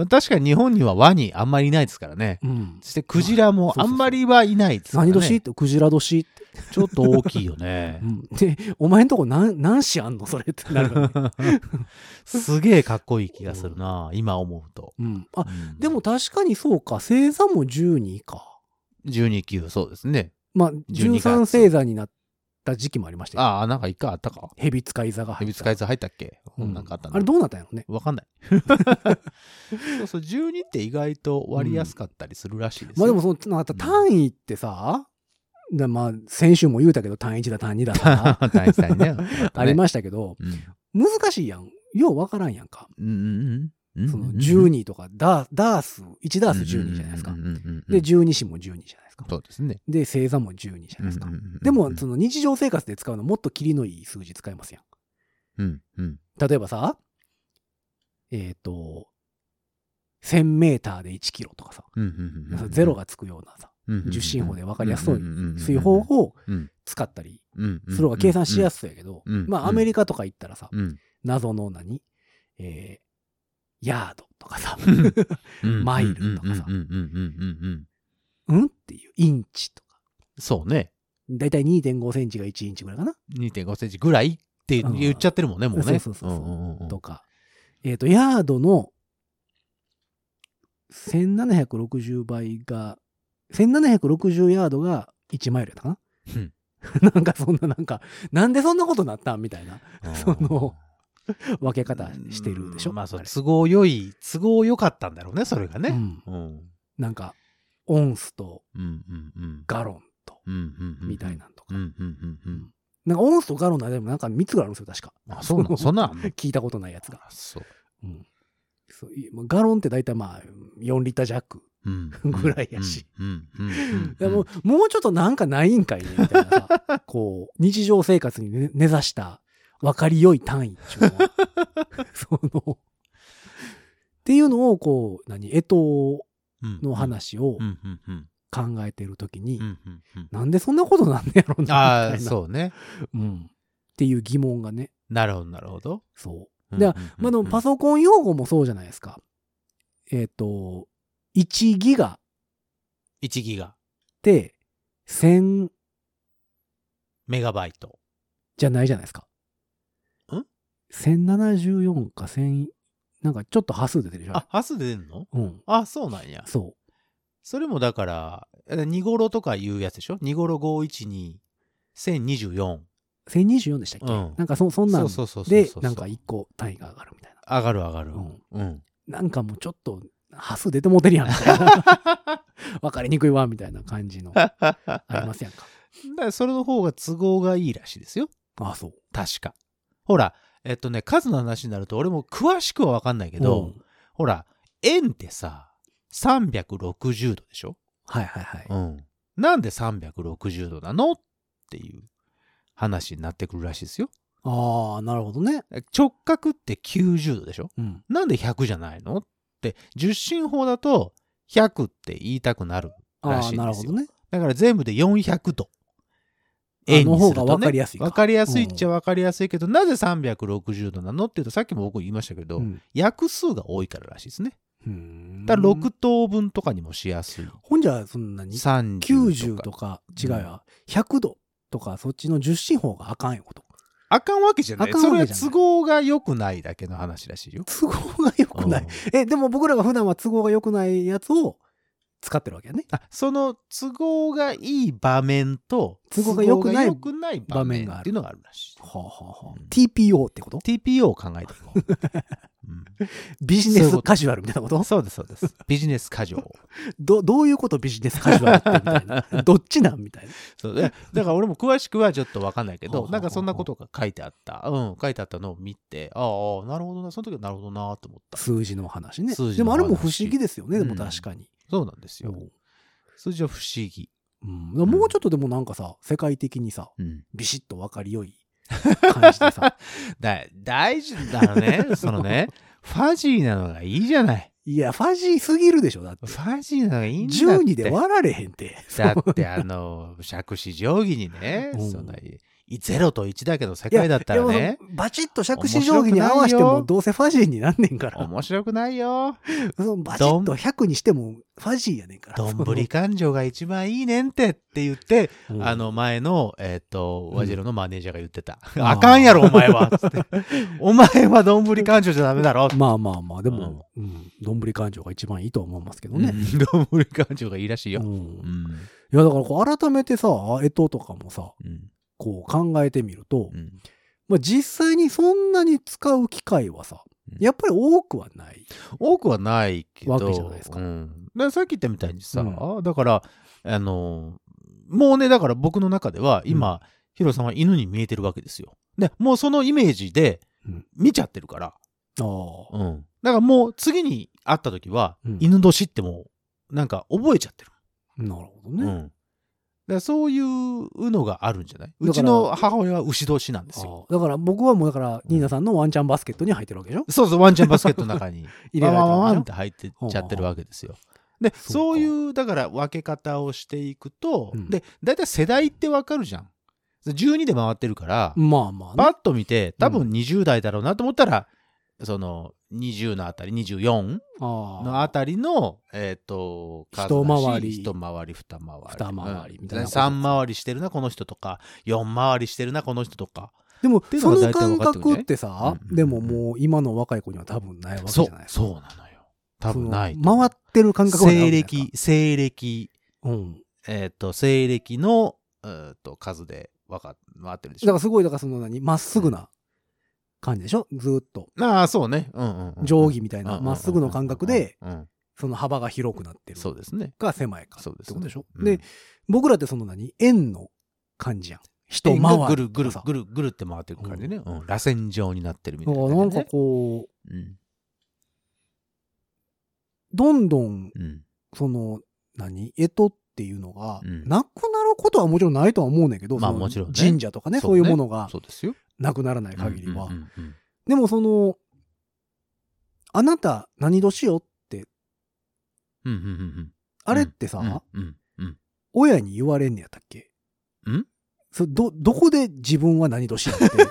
[SPEAKER 3] 確かに日本にはワニあんまりいないですからね。
[SPEAKER 2] うん。うん
[SPEAKER 3] そしてクジラもあんまりはいないですから、ね。
[SPEAKER 2] 何年って、クジラ年って。
[SPEAKER 3] ちょっと大きいよね
[SPEAKER 2] う。んで、お前んとこ何、何子あんのそれってなるからね
[SPEAKER 3] すげえかっこいい気がするな、今思うと。
[SPEAKER 2] うん。あ、
[SPEAKER 3] うん
[SPEAKER 2] でも、確かにそうか。星座も12か。
[SPEAKER 3] 12級、そうですね。
[SPEAKER 2] まあ、
[SPEAKER 3] 12月
[SPEAKER 2] 13星座になった時期もありましたよ。
[SPEAKER 3] ああ、なんか一回あったか。
[SPEAKER 2] 蛇使い座が入
[SPEAKER 3] ヘ
[SPEAKER 2] った。
[SPEAKER 3] ビ使い座入ったっけ、
[SPEAKER 2] うん
[SPEAKER 3] なんかあった
[SPEAKER 2] あれ
[SPEAKER 3] な。
[SPEAKER 2] どうなったんやろね。
[SPEAKER 3] わか んない。そうそう、12って意外と割りやすかったりするらしいです
[SPEAKER 2] まあ
[SPEAKER 3] よ、
[SPEAKER 2] でもその、なんか単位ってさ、だまあ先週も言うたけど単1だ単2ださ
[SPEAKER 3] 大事だよ ね。
[SPEAKER 2] ありましたけど、
[SPEAKER 3] うん
[SPEAKER 2] 難しいやん。ようわからんやんか。
[SPEAKER 3] うんうんうん。
[SPEAKER 2] その
[SPEAKER 3] 12
[SPEAKER 2] 12とかダー、ダース、1ダース12じゃないですか
[SPEAKER 3] うん。うんうんうん
[SPEAKER 2] で、12子も12じゃないですか。
[SPEAKER 3] そうですね。
[SPEAKER 2] で、星座も12じゃないですか
[SPEAKER 3] うんう。んうんうん
[SPEAKER 2] でも、その日常生活で使うのもっとキリのいい数字使いますや
[SPEAKER 3] うんうん。
[SPEAKER 2] ん。例えばさ、えっ、と、1000メーターで1キロとかさ、
[SPEAKER 3] うんうんうんうん
[SPEAKER 2] ゼロがつくようなさ、
[SPEAKER 3] うんうんうん
[SPEAKER 2] 十進法で分かりやすそうに
[SPEAKER 3] んんんん
[SPEAKER 2] そういう方法を
[SPEAKER 3] うん
[SPEAKER 2] 使ったり
[SPEAKER 3] うんうん
[SPEAKER 2] する方が計算しやすそうやけど、
[SPEAKER 3] うんうん
[SPEAKER 2] まあアメリカとか行ったらさ、
[SPEAKER 3] うん
[SPEAKER 2] 謎の何えー、ヤードとかさ、
[SPEAKER 3] うん
[SPEAKER 2] マイルとかさ
[SPEAKER 3] うんうんうんうんうんうん
[SPEAKER 2] うんっていう、インチとか。
[SPEAKER 3] そうね。
[SPEAKER 2] だいたい2.5センチが1インチぐらいかな、
[SPEAKER 3] 2.5センチぐらいって言っちゃってるもんね、もうね。
[SPEAKER 2] そうそうそうそう
[SPEAKER 3] うんうんうん
[SPEAKER 2] とか。えっ、と、ヤードの1760倍が、1760ヤードが1マイルやったかな、
[SPEAKER 3] うん
[SPEAKER 2] なんかそんななんか、なんでそんなことなったんみたいな
[SPEAKER 3] うん
[SPEAKER 2] その分け方してるでしょ。
[SPEAKER 3] うんまあそう
[SPEAKER 2] れ
[SPEAKER 3] 都合良い、都合良かったんだろうね、それが
[SPEAKER 2] う
[SPEAKER 3] ね。
[SPEAKER 2] ん
[SPEAKER 3] うん。うん
[SPEAKER 2] なんか、オンスと
[SPEAKER 3] うんうん。
[SPEAKER 2] ガロンと、
[SPEAKER 3] うんうんうん。
[SPEAKER 2] みたい。なのとか。
[SPEAKER 3] うんうんうんうん。
[SPEAKER 2] なんか、オンスとガロンの間でもなんか3つぐらいあるんですよ、確か。
[SPEAKER 3] あ、そうなのそんなんあんの
[SPEAKER 2] 聞いたことないやつが。
[SPEAKER 3] あそう。
[SPEAKER 2] うんそういまあガロンって大体まあ、4リッター弱。
[SPEAKER 3] うん。
[SPEAKER 2] ぐらいやし
[SPEAKER 3] うん。うん。うん。
[SPEAKER 2] いやもう、もうちょっとなんかないんかいね、みたいな さ。こう、日常生活に根根ざした、分かり良い単位っていう のはその、っていうのを、こう、何、江藤
[SPEAKER 3] うん
[SPEAKER 2] の。話を
[SPEAKER 3] うんうんうん。
[SPEAKER 2] 考えてるときに、
[SPEAKER 3] うんうんうん。
[SPEAKER 2] なんでそんなことなんねやろなみ
[SPEAKER 3] あ
[SPEAKER 2] た
[SPEAKER 3] あ、
[SPEAKER 2] いな
[SPEAKER 3] そうね。
[SPEAKER 2] うん、っていう疑問がね
[SPEAKER 3] なるほど、なるほど。
[SPEAKER 2] そうう。
[SPEAKER 3] ん
[SPEAKER 2] で、
[SPEAKER 3] う
[SPEAKER 2] ま
[SPEAKER 3] ん
[SPEAKER 2] あ、で
[SPEAKER 3] う
[SPEAKER 2] も
[SPEAKER 3] ん
[SPEAKER 2] パソコン用語もそうじゃないですか。えっ、と1ギガっ
[SPEAKER 3] 1ギガ、
[SPEAKER 2] て1000
[SPEAKER 3] メガバイト。
[SPEAKER 2] じゃないじゃないですか。
[SPEAKER 3] ん
[SPEAKER 2] ?1074 か1000なんかちょっと端数出てるじゃん
[SPEAKER 3] あ、。ハスで出んの
[SPEAKER 2] うん。
[SPEAKER 3] あ、そうなんや。
[SPEAKER 2] そ
[SPEAKER 3] それもだから、2ごろとかいうやつでしょ ?2 ごろ512、1024。
[SPEAKER 2] う。1024でしたっけ、
[SPEAKER 3] うん
[SPEAKER 2] なんかそそんなん
[SPEAKER 3] そうそうそうそう
[SPEAKER 2] で
[SPEAKER 3] そう。
[SPEAKER 2] なんか1個単位が上がるみたいな。
[SPEAKER 3] 上がる上がる。
[SPEAKER 2] うん
[SPEAKER 3] うん。
[SPEAKER 2] なんかもうちょっと端数出てもうてるやんみたいな分かりにくいわ、みたいな感じの、あ りますやんか。
[SPEAKER 3] だからそれの方が都合がいいらしいですよ。
[SPEAKER 2] ああ、そう。
[SPEAKER 3] 確か。ほら、えっとね、数の話になると俺も詳しくはわかんないけど、
[SPEAKER 2] うん
[SPEAKER 3] ほら、円ってさ、360度でしょ
[SPEAKER 2] はいはいはい。
[SPEAKER 3] うん。なんで360度なのっていう話になってくるらしいですよ。
[SPEAKER 2] ああ、なるほどね。
[SPEAKER 3] 直角って90度でしょ
[SPEAKER 2] うん。
[SPEAKER 3] なんで100じゃないのって、十進法だと100って言いたくなる。ら
[SPEAKER 2] あ
[SPEAKER 3] しい
[SPEAKER 2] あ、
[SPEAKER 3] んですよ
[SPEAKER 2] なるほどね。
[SPEAKER 3] だから全部で400度。
[SPEAKER 2] あ
[SPEAKER 3] 円
[SPEAKER 2] の
[SPEAKER 3] にす
[SPEAKER 2] 方
[SPEAKER 3] ると
[SPEAKER 2] が
[SPEAKER 3] ね
[SPEAKER 2] 分かりやすいか
[SPEAKER 3] 分かりやすいっちゃ分かりやすいけど、なぜ360度なのっていうと、さっきも僕言いましたけど、
[SPEAKER 2] うん
[SPEAKER 3] 約数が多いかららしいですね。
[SPEAKER 2] うん
[SPEAKER 3] だから6等分とかにもしやすい。
[SPEAKER 2] ほんじゃ、そんなに
[SPEAKER 3] 30
[SPEAKER 2] 90と
[SPEAKER 3] とか。
[SPEAKER 2] か、違うや、100度とか、そっちの10進法があかんよこと。
[SPEAKER 3] あかんわけじゃない。
[SPEAKER 2] あかんわけじゃない
[SPEAKER 3] それは都合が良くないだけの話らしいよ。
[SPEAKER 2] 都合が良くな
[SPEAKER 3] う
[SPEAKER 2] い
[SPEAKER 3] ん。
[SPEAKER 2] え、でも僕らが普段は都合が良くないやつを使ってるわけやね。
[SPEAKER 3] あその都合がいい場面と
[SPEAKER 2] 都合が良くない
[SPEAKER 3] 都合が良くない場面っていうのがあるらしい。
[SPEAKER 2] はあはあはあ
[SPEAKER 3] うん
[SPEAKER 2] TPO ってこと
[SPEAKER 3] TPO を考えていこう、
[SPEAKER 2] ビジネスカジュアルみたいなこ
[SPEAKER 3] う
[SPEAKER 2] と
[SPEAKER 3] んそうです、そうです。ビジネス過剰。
[SPEAKER 2] どどういうことビジネスカジュアルってみたいな。 どっちなんみたいな。
[SPEAKER 3] そうでだから俺も詳しくはちょっとわかんないけ
[SPEAKER 2] ほう
[SPEAKER 3] ど
[SPEAKER 2] ほうほう
[SPEAKER 3] なんかそんなことが書いてあったうん書いてあったのを見てああああなるほどなその時はなるほどなと思った
[SPEAKER 2] 数字の話ね。
[SPEAKER 3] 数字
[SPEAKER 2] で
[SPEAKER 3] の話
[SPEAKER 2] もあれも不思議ですよね、で
[SPEAKER 3] う
[SPEAKER 2] も
[SPEAKER 3] ん
[SPEAKER 2] 確かに。
[SPEAKER 3] そうなんです
[SPEAKER 2] う
[SPEAKER 3] よ
[SPEAKER 2] ん
[SPEAKER 3] 数字は不思議
[SPEAKER 2] うんでももうちょっとでもなんかさ、世界的にさ、
[SPEAKER 3] うん
[SPEAKER 2] ビシッと分かりよい感じで さ、
[SPEAKER 3] だ大事だから ねそのねファジーなのがいいじゃない
[SPEAKER 2] いや、ファジーすぎるでしょ、だって
[SPEAKER 3] フ。ァジーなのがいいんだって
[SPEAKER 2] 12で割られへんって。
[SPEAKER 3] だってあの尺子定規にね
[SPEAKER 2] うん
[SPEAKER 3] そんな0と1だけど世界だったら
[SPEAKER 2] いや
[SPEAKER 3] ね、
[SPEAKER 2] バチッと尺子定規に合わせてもどうせファジーになんねんから。
[SPEAKER 3] 面白くないよ
[SPEAKER 2] そのバチッと100にしてもファジーやねんから。
[SPEAKER 3] どんぶり感情が一番いいねんてって言って
[SPEAKER 2] その
[SPEAKER 3] あ、の前の、えっ、と、ワジロのマネージャーが言ってた。
[SPEAKER 2] ん
[SPEAKER 3] あかんやろ、お前は。つってお前はどんぶり感情じゃダメだろ。
[SPEAKER 2] まあまあまあ、でも、うん、どんぶり感情が一番いいとは思いますけどね。
[SPEAKER 3] うん どんぶり感情がいいらしいよ。
[SPEAKER 2] うん
[SPEAKER 3] うん。
[SPEAKER 2] いや、だからこう改めてさ、えととかもさ、
[SPEAKER 3] うん。
[SPEAKER 2] こう考えてみると、
[SPEAKER 3] うん
[SPEAKER 2] まあ実際にそんなに使う機会はさ
[SPEAKER 3] うん、
[SPEAKER 2] やっぱり多くはない。
[SPEAKER 3] 多くはないけど。
[SPEAKER 2] わけじゃないですか
[SPEAKER 3] うん。だからさっき言ったみたいにさ、
[SPEAKER 2] う
[SPEAKER 3] だから、あの、もうね、だから僕の中では今、ヒロさんは犬に見えてるわけですよ。で、もうそのイメージで
[SPEAKER 2] うん
[SPEAKER 3] 見ちゃってるから。
[SPEAKER 2] ああ。
[SPEAKER 3] うん。だからもう次に会った時は、
[SPEAKER 2] うん
[SPEAKER 3] 犬年ってもう、なんか覚えちゃってる。
[SPEAKER 2] なるほど
[SPEAKER 3] う
[SPEAKER 2] ね。
[SPEAKER 3] ん。だからそういうのがあるんじゃない
[SPEAKER 2] ら
[SPEAKER 3] うちの母親は牛年なんですよ。
[SPEAKER 2] ああだから僕はもうだから、ニーナさんのワンチャンバスケットに入ってるわけでしょ
[SPEAKER 3] そうそう、ワンチャンバスケットの中に、
[SPEAKER 2] 入れら
[SPEAKER 3] ワン
[SPEAKER 2] れてる
[SPEAKER 3] ワン
[SPEAKER 2] わ
[SPEAKER 3] ワ
[SPEAKER 2] け
[SPEAKER 3] ン
[SPEAKER 2] で
[SPEAKER 3] っ
[SPEAKER 2] して
[SPEAKER 3] 入ってっちゃってるわけですよ。
[SPEAKER 2] そ
[SPEAKER 3] で、
[SPEAKER 2] うか
[SPEAKER 3] そういう、だから分け方をしていくと、
[SPEAKER 2] うん
[SPEAKER 3] で、だいたい世代ってわかるじゃん。12で回ってるから
[SPEAKER 2] ょ、まあまあね
[SPEAKER 3] パッと見て、多分20代だろうなと思ったら、その、20のあたり、24
[SPEAKER 2] ああ
[SPEAKER 3] のあたりの、えっ、と、数だし
[SPEAKER 2] 一回り
[SPEAKER 3] 一回り、二回り。
[SPEAKER 2] 二回りみたいな
[SPEAKER 3] うん三回りしてるな、この人とか。四回りしてるな、この人とか。
[SPEAKER 2] でも
[SPEAKER 3] ていうの
[SPEAKER 2] そ
[SPEAKER 3] が
[SPEAKER 2] の
[SPEAKER 3] 大体分
[SPEAKER 2] 感
[SPEAKER 3] かってくるんじ
[SPEAKER 2] 覚
[SPEAKER 3] ゃない
[SPEAKER 2] ってさ、
[SPEAKER 3] うん
[SPEAKER 2] でももう今の若い子には多分ないわけじ
[SPEAKER 3] そ
[SPEAKER 2] ゃ
[SPEAKER 3] う
[SPEAKER 2] ないで、すか。
[SPEAKER 3] そうなのよ。多分ない
[SPEAKER 2] そ。の回ってる感覚はないわ
[SPEAKER 3] 西
[SPEAKER 2] けじゃないですか
[SPEAKER 3] 暦、西暦、
[SPEAKER 2] うん。
[SPEAKER 3] えっ、と、西暦の、えー、と数で分かっ回ってるで
[SPEAKER 2] だ
[SPEAKER 3] し
[SPEAKER 2] か
[SPEAKER 3] ょ。
[SPEAKER 2] らすごい、だからその何、まっすぐな感じでしょずーっと。
[SPEAKER 3] ああ、そうね。うんうんうん、
[SPEAKER 2] 定規みたい
[SPEAKER 3] うん
[SPEAKER 2] な、
[SPEAKER 3] うんうん
[SPEAKER 2] まっすぐの感覚で、
[SPEAKER 3] うんうん
[SPEAKER 2] その幅が広くなってる
[SPEAKER 3] そうですね。
[SPEAKER 2] か狭いかって
[SPEAKER 3] そ
[SPEAKER 2] こ
[SPEAKER 3] うです
[SPEAKER 2] とでしょ
[SPEAKER 3] うん
[SPEAKER 2] で、僕らってその何、円の感じやん。人
[SPEAKER 3] 円
[SPEAKER 2] 回
[SPEAKER 3] がぐる
[SPEAKER 2] り
[SPEAKER 3] ぐる
[SPEAKER 2] とかさ
[SPEAKER 3] ぐるぐるって回っていく感じね。うん。螺旋状になってるみた
[SPEAKER 2] だ
[SPEAKER 3] い
[SPEAKER 2] か
[SPEAKER 3] な
[SPEAKER 2] ら
[SPEAKER 3] ね、
[SPEAKER 2] なんかこう、
[SPEAKER 3] うん。
[SPEAKER 2] どんどん、
[SPEAKER 3] うん。
[SPEAKER 2] その、何、えとっていうのが、
[SPEAKER 3] うん
[SPEAKER 2] なくなることはもちろんないとは思うねんけど、
[SPEAKER 3] まあ
[SPEAKER 2] その
[SPEAKER 3] もちろんね
[SPEAKER 2] 神社とかね、
[SPEAKER 3] そう
[SPEAKER 2] そうい
[SPEAKER 3] ね
[SPEAKER 2] うものが
[SPEAKER 3] そうですよ。
[SPEAKER 2] なくならない限りは。
[SPEAKER 3] うんうんうんうん
[SPEAKER 2] でもその、あなた何年よって、
[SPEAKER 3] うんうんうんうん。
[SPEAKER 2] あれってさ、
[SPEAKER 3] うんうん
[SPEAKER 2] 親に言われんねやったっけ
[SPEAKER 3] ん
[SPEAKER 2] そど、どこで自分は何年や って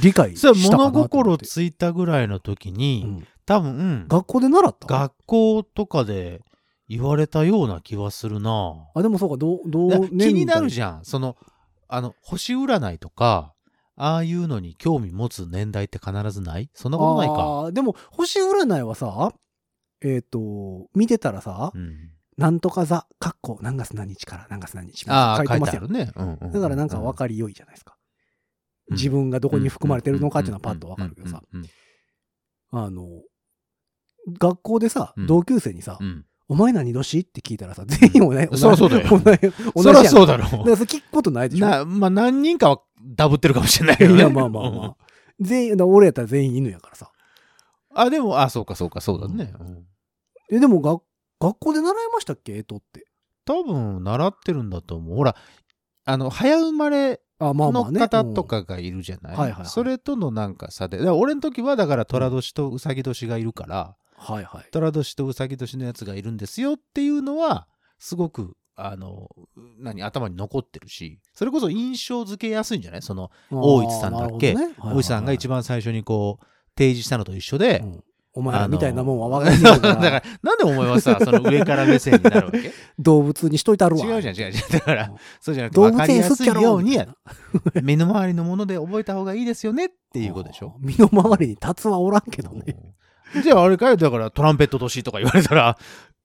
[SPEAKER 2] 理解した
[SPEAKER 3] そ
[SPEAKER 2] か
[SPEAKER 3] れ
[SPEAKER 2] なと思って。
[SPEAKER 3] 物心ついたぐらいの時に、
[SPEAKER 2] うん
[SPEAKER 3] 多分
[SPEAKER 2] 学校で習った
[SPEAKER 3] 学校とかで言われたような気はするな
[SPEAKER 2] あ、でもそうか、どう、どう
[SPEAKER 3] だ気になる
[SPEAKER 2] ゃ
[SPEAKER 3] じゃんそのあの星占いとかああいうのに興味持つ年代って必ずないそんなことないか、
[SPEAKER 2] あーでも、星占いはさ、えっ、と、見てたらさ、
[SPEAKER 3] うん、
[SPEAKER 2] なんとか座、かっこ、何月何日から何月何日
[SPEAKER 3] ああ
[SPEAKER 2] 書
[SPEAKER 3] 書
[SPEAKER 2] いて
[SPEAKER 3] い
[SPEAKER 2] ま
[SPEAKER 3] て
[SPEAKER 2] すや
[SPEAKER 3] あ
[SPEAKER 2] ん。
[SPEAKER 3] るね、うんうう
[SPEAKER 2] だからなんか分かりよいじゃないですか。
[SPEAKER 3] うん
[SPEAKER 2] 自分がどこに含まれてるのかっていうのはパッと分かるけどさ、
[SPEAKER 3] うんうん
[SPEAKER 2] あの、学校でさ、
[SPEAKER 3] うん
[SPEAKER 2] 同級生にさ
[SPEAKER 3] う、ん
[SPEAKER 2] お前何年って聞いたらさ、全員同じ。同じ
[SPEAKER 3] そらそうだよ
[SPEAKER 2] 同じ同じ
[SPEAKER 3] そり
[SPEAKER 2] やん
[SPEAKER 3] ゃそうだ
[SPEAKER 2] だか
[SPEAKER 3] ろ
[SPEAKER 2] らそれ聞くことないでしょ。
[SPEAKER 3] な、まあ、何人かはダブってるかもしれないけど
[SPEAKER 2] い
[SPEAKER 3] ね。
[SPEAKER 2] や、まあまあまあ。全員、だから俺やったら全員犬やからさ。
[SPEAKER 3] あ。あ、でも、あ、そうか、そうか、そうだね。うん
[SPEAKER 2] え、でもが、学校で習いましたっけえとって。
[SPEAKER 3] 多分、習ってるんだと思う。ほら、あの、早生まれ
[SPEAKER 2] あ、まあま
[SPEAKER 3] の
[SPEAKER 2] あね。
[SPEAKER 3] 方とかがいるじゃな
[SPEAKER 2] は
[SPEAKER 3] い,、
[SPEAKER 2] いはいはい
[SPEAKER 3] それとのなんか差で。だから俺の時は、だから、虎年とうさぎ年がいるから、
[SPEAKER 2] うん。はいはい。
[SPEAKER 3] 虎年とうさぎ年のやつがいるんですよっていうのは、すごく、あの、何、頭に残ってるし、それこそ印象付けやすいんじゃないその、大内さんだっけ
[SPEAKER 2] あーなるほどねはいはいはい
[SPEAKER 3] おじさんが一番最初にこう、提示したのと一緒で、
[SPEAKER 2] うんお前らみたいなもんは分かんな
[SPEAKER 3] だ
[SPEAKER 2] いか、
[SPEAKER 3] からら、なんでお前はさ、その上から目線になる わけ違う
[SPEAKER 2] 動物にしといたるわ。
[SPEAKER 3] じゃん、違うじゃん。だから、そうじゃなくて、
[SPEAKER 2] 動
[SPEAKER 3] わ
[SPEAKER 2] 物
[SPEAKER 3] かり
[SPEAKER 2] 園
[SPEAKER 3] や
[SPEAKER 2] すっ
[SPEAKER 3] すい
[SPEAKER 2] きゃろ
[SPEAKER 3] ように
[SPEAKER 2] みた
[SPEAKER 3] や
[SPEAKER 2] いな、っ
[SPEAKER 3] 目の周りのもので覚えた方がいいですよねっていうことでしょ。
[SPEAKER 2] 身の回りに立つはおらんけどね。
[SPEAKER 3] うんじゃあ、あれかよ、だから、トランペット年とか言われた ら、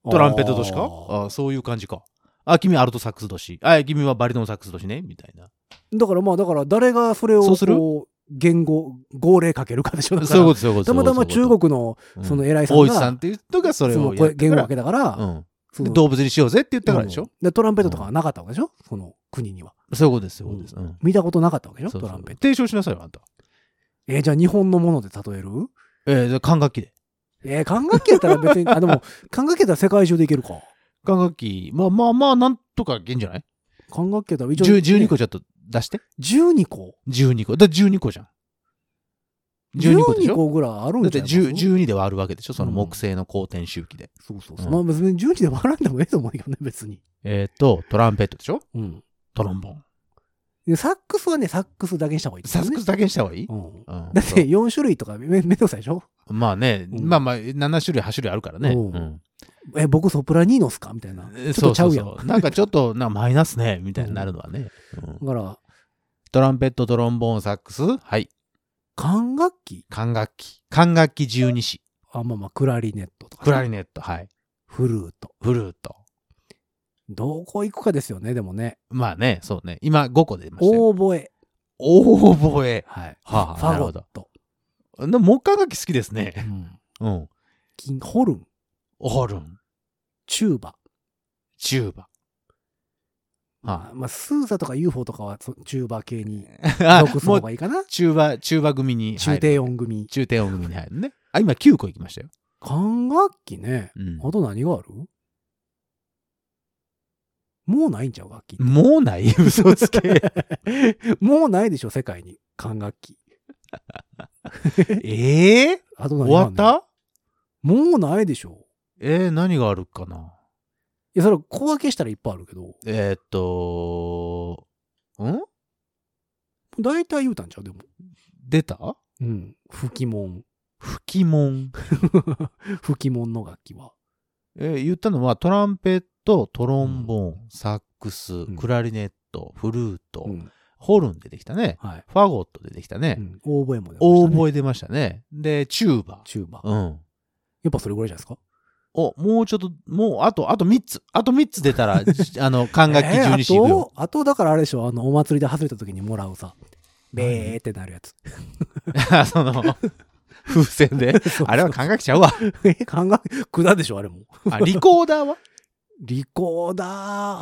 [SPEAKER 3] トランペット年か
[SPEAKER 2] あー
[SPEAKER 3] あーそういう感じか。あ、君アルトサックス年。あ、君はバリトンサックス年ね、みたいな。
[SPEAKER 2] だからまあ、だから誰がそれを
[SPEAKER 3] そうする
[SPEAKER 2] こう言語、号令かけるかでしょ。だから
[SPEAKER 3] そういうこと、そういうこと。
[SPEAKER 2] たまたま中国の
[SPEAKER 3] 国
[SPEAKER 2] その偉いさん
[SPEAKER 3] 大内
[SPEAKER 2] が、
[SPEAKER 3] さんっていう人がそれ
[SPEAKER 2] その
[SPEAKER 3] を
[SPEAKER 2] こ
[SPEAKER 3] や
[SPEAKER 2] れ
[SPEAKER 3] った
[SPEAKER 2] 言語
[SPEAKER 3] から
[SPEAKER 2] を開けたから、
[SPEAKER 3] うん。
[SPEAKER 2] そ
[SPEAKER 3] で
[SPEAKER 2] の
[SPEAKER 3] 動物にしようぜって言ったからでしょ、
[SPEAKER 2] うんトランペットとかはなかったわけでしょその国には。
[SPEAKER 3] そういうことです、そういうことです。うん
[SPEAKER 2] 見たことなかったわけでし
[SPEAKER 3] そ
[SPEAKER 2] ょ
[SPEAKER 3] うそ
[SPEAKER 2] ト
[SPEAKER 3] う
[SPEAKER 2] ランペット。
[SPEAKER 3] 提唱しなさいよ、あんた。
[SPEAKER 2] えーじゃあ日本のもので例える
[SPEAKER 3] えー、管楽器で。
[SPEAKER 2] えー、管楽器やったら別に、あ、でも、管楽器やったら世界中でいけるか。
[SPEAKER 3] 管楽器、まあまあまあ、なんとかいけんじゃない
[SPEAKER 2] 管楽器やったら一応、
[SPEAKER 3] 10 ?12 個ちょっと出して。
[SPEAKER 2] 12個
[SPEAKER 3] 12個。だって12個じゃん。12個でしょ
[SPEAKER 2] ぐらいある
[SPEAKER 3] だ
[SPEAKER 2] ん
[SPEAKER 3] っ
[SPEAKER 2] じ
[SPEAKER 3] て
[SPEAKER 2] ゃない
[SPEAKER 3] 10 12で割るわけでしょその
[SPEAKER 2] うん
[SPEAKER 3] 木製の後転周期で。
[SPEAKER 2] そうそう
[SPEAKER 3] う
[SPEAKER 2] そ
[SPEAKER 3] ん
[SPEAKER 2] う。まあ別に12で割らんでもええと思うよね、別に。
[SPEAKER 3] えっ、と、トランペットでしょ
[SPEAKER 2] うん。
[SPEAKER 3] トロンボン。
[SPEAKER 2] でサックスはね、サックスだけにした方がいい、
[SPEAKER 3] サックス
[SPEAKER 2] ス
[SPEAKER 3] だけにした方がいい、
[SPEAKER 2] うん。
[SPEAKER 3] うん
[SPEAKER 2] だって4種類とかめめんどくさいでしょ
[SPEAKER 3] そうまあね、
[SPEAKER 2] うん
[SPEAKER 3] まあまあ、7種類、8種類あるからね。
[SPEAKER 2] うん
[SPEAKER 3] うん
[SPEAKER 2] え、僕ソプラニーノっすかみたいな。
[SPEAKER 3] え
[SPEAKER 2] ちょっとちゃうやん。
[SPEAKER 3] そそそなんかちょっと、なんかマイナスね、みたいになるのはね。うん
[SPEAKER 2] だから、
[SPEAKER 3] トランペット、トロンボーン、サックス、はい。
[SPEAKER 2] 管楽器
[SPEAKER 3] 管楽器。管楽器十二支。
[SPEAKER 2] あ、まあまあ、クラリネットとかね、
[SPEAKER 3] クラリネット、はい。
[SPEAKER 2] フルート。
[SPEAKER 3] フルート。
[SPEAKER 2] どこ行くかですよね、でもね。
[SPEAKER 3] まあね、そうね。今5個出ましたよ。
[SPEAKER 2] オーボエ。
[SPEAKER 3] オーボエ。
[SPEAKER 2] はい。
[SPEAKER 3] はあ
[SPEAKER 2] ファ
[SPEAKER 3] なる
[SPEAKER 2] ゴ
[SPEAKER 3] ほ
[SPEAKER 2] ッ
[SPEAKER 3] ど
[SPEAKER 2] ト。
[SPEAKER 3] な木管楽器好きです
[SPEAKER 2] う
[SPEAKER 3] ね。
[SPEAKER 2] ん。
[SPEAKER 3] うん。
[SPEAKER 2] 金ホルン。
[SPEAKER 3] オールン、
[SPEAKER 2] チューバ。
[SPEAKER 3] チューバ。
[SPEAKER 2] あ
[SPEAKER 3] は
[SPEAKER 2] まあ、スーザとか UFO とかはそチューバ系に
[SPEAKER 3] い。あ
[SPEAKER 2] 属する
[SPEAKER 3] も
[SPEAKER 2] 方
[SPEAKER 3] う、
[SPEAKER 2] がいいかな。
[SPEAKER 3] チューバ、チューバ組に入る。
[SPEAKER 2] 中低音組。
[SPEAKER 3] 中低音組に入るね。あ、今9個いきましたよ。
[SPEAKER 2] 管楽器ね。
[SPEAKER 3] うん
[SPEAKER 2] あと何があるもうないんちゃう楽器。
[SPEAKER 3] もうない嘘つけ。
[SPEAKER 2] もうないでしょ、世界に。管楽器。
[SPEAKER 3] ええ
[SPEAKER 2] あと何
[SPEAKER 3] 終
[SPEAKER 2] があ
[SPEAKER 3] わ
[SPEAKER 2] る
[SPEAKER 3] っ
[SPEAKER 2] の
[SPEAKER 3] た
[SPEAKER 2] もうないでしょ。
[SPEAKER 3] えー、何があるかない
[SPEAKER 2] や、それ小分けしたらいっぱいあるけど、
[SPEAKER 3] えー、っと、ん
[SPEAKER 2] 大体言うたんちゃうでも。
[SPEAKER 3] 出た
[SPEAKER 2] うん。 吹き門。
[SPEAKER 3] 吹き門。
[SPEAKER 2] 吹き門の楽器は。
[SPEAKER 3] えー言ったのはトランペット、トロンボーン、サックス、
[SPEAKER 2] ん
[SPEAKER 3] クラリネット、フルート、
[SPEAKER 2] うん。
[SPEAKER 3] ホルン出てきたね。
[SPEAKER 2] はい。
[SPEAKER 3] ファゴット出てきたね。
[SPEAKER 2] うん。オーボエもね。
[SPEAKER 3] オーボエ出ましたね。で、チューバ。
[SPEAKER 2] チューバ。
[SPEAKER 3] うん。
[SPEAKER 2] やっぱそれぐらいじゃないですか
[SPEAKER 3] お、もうちょっと、もう、あと、あと3つ。あと3つ出 たら、じあの、管楽器
[SPEAKER 2] えー
[SPEAKER 3] 12支部よ。
[SPEAKER 2] あと、あとだからあれでしょ、あの、お祭りで外れた時にもらうさ、べーってなるやつ。
[SPEAKER 3] その、風船で。
[SPEAKER 2] そうそう
[SPEAKER 3] あれは管楽器ちゃうわ。
[SPEAKER 2] え管楽管でしょ、あれも。
[SPEAKER 3] あ、リコーダーは
[SPEAKER 2] リコーダ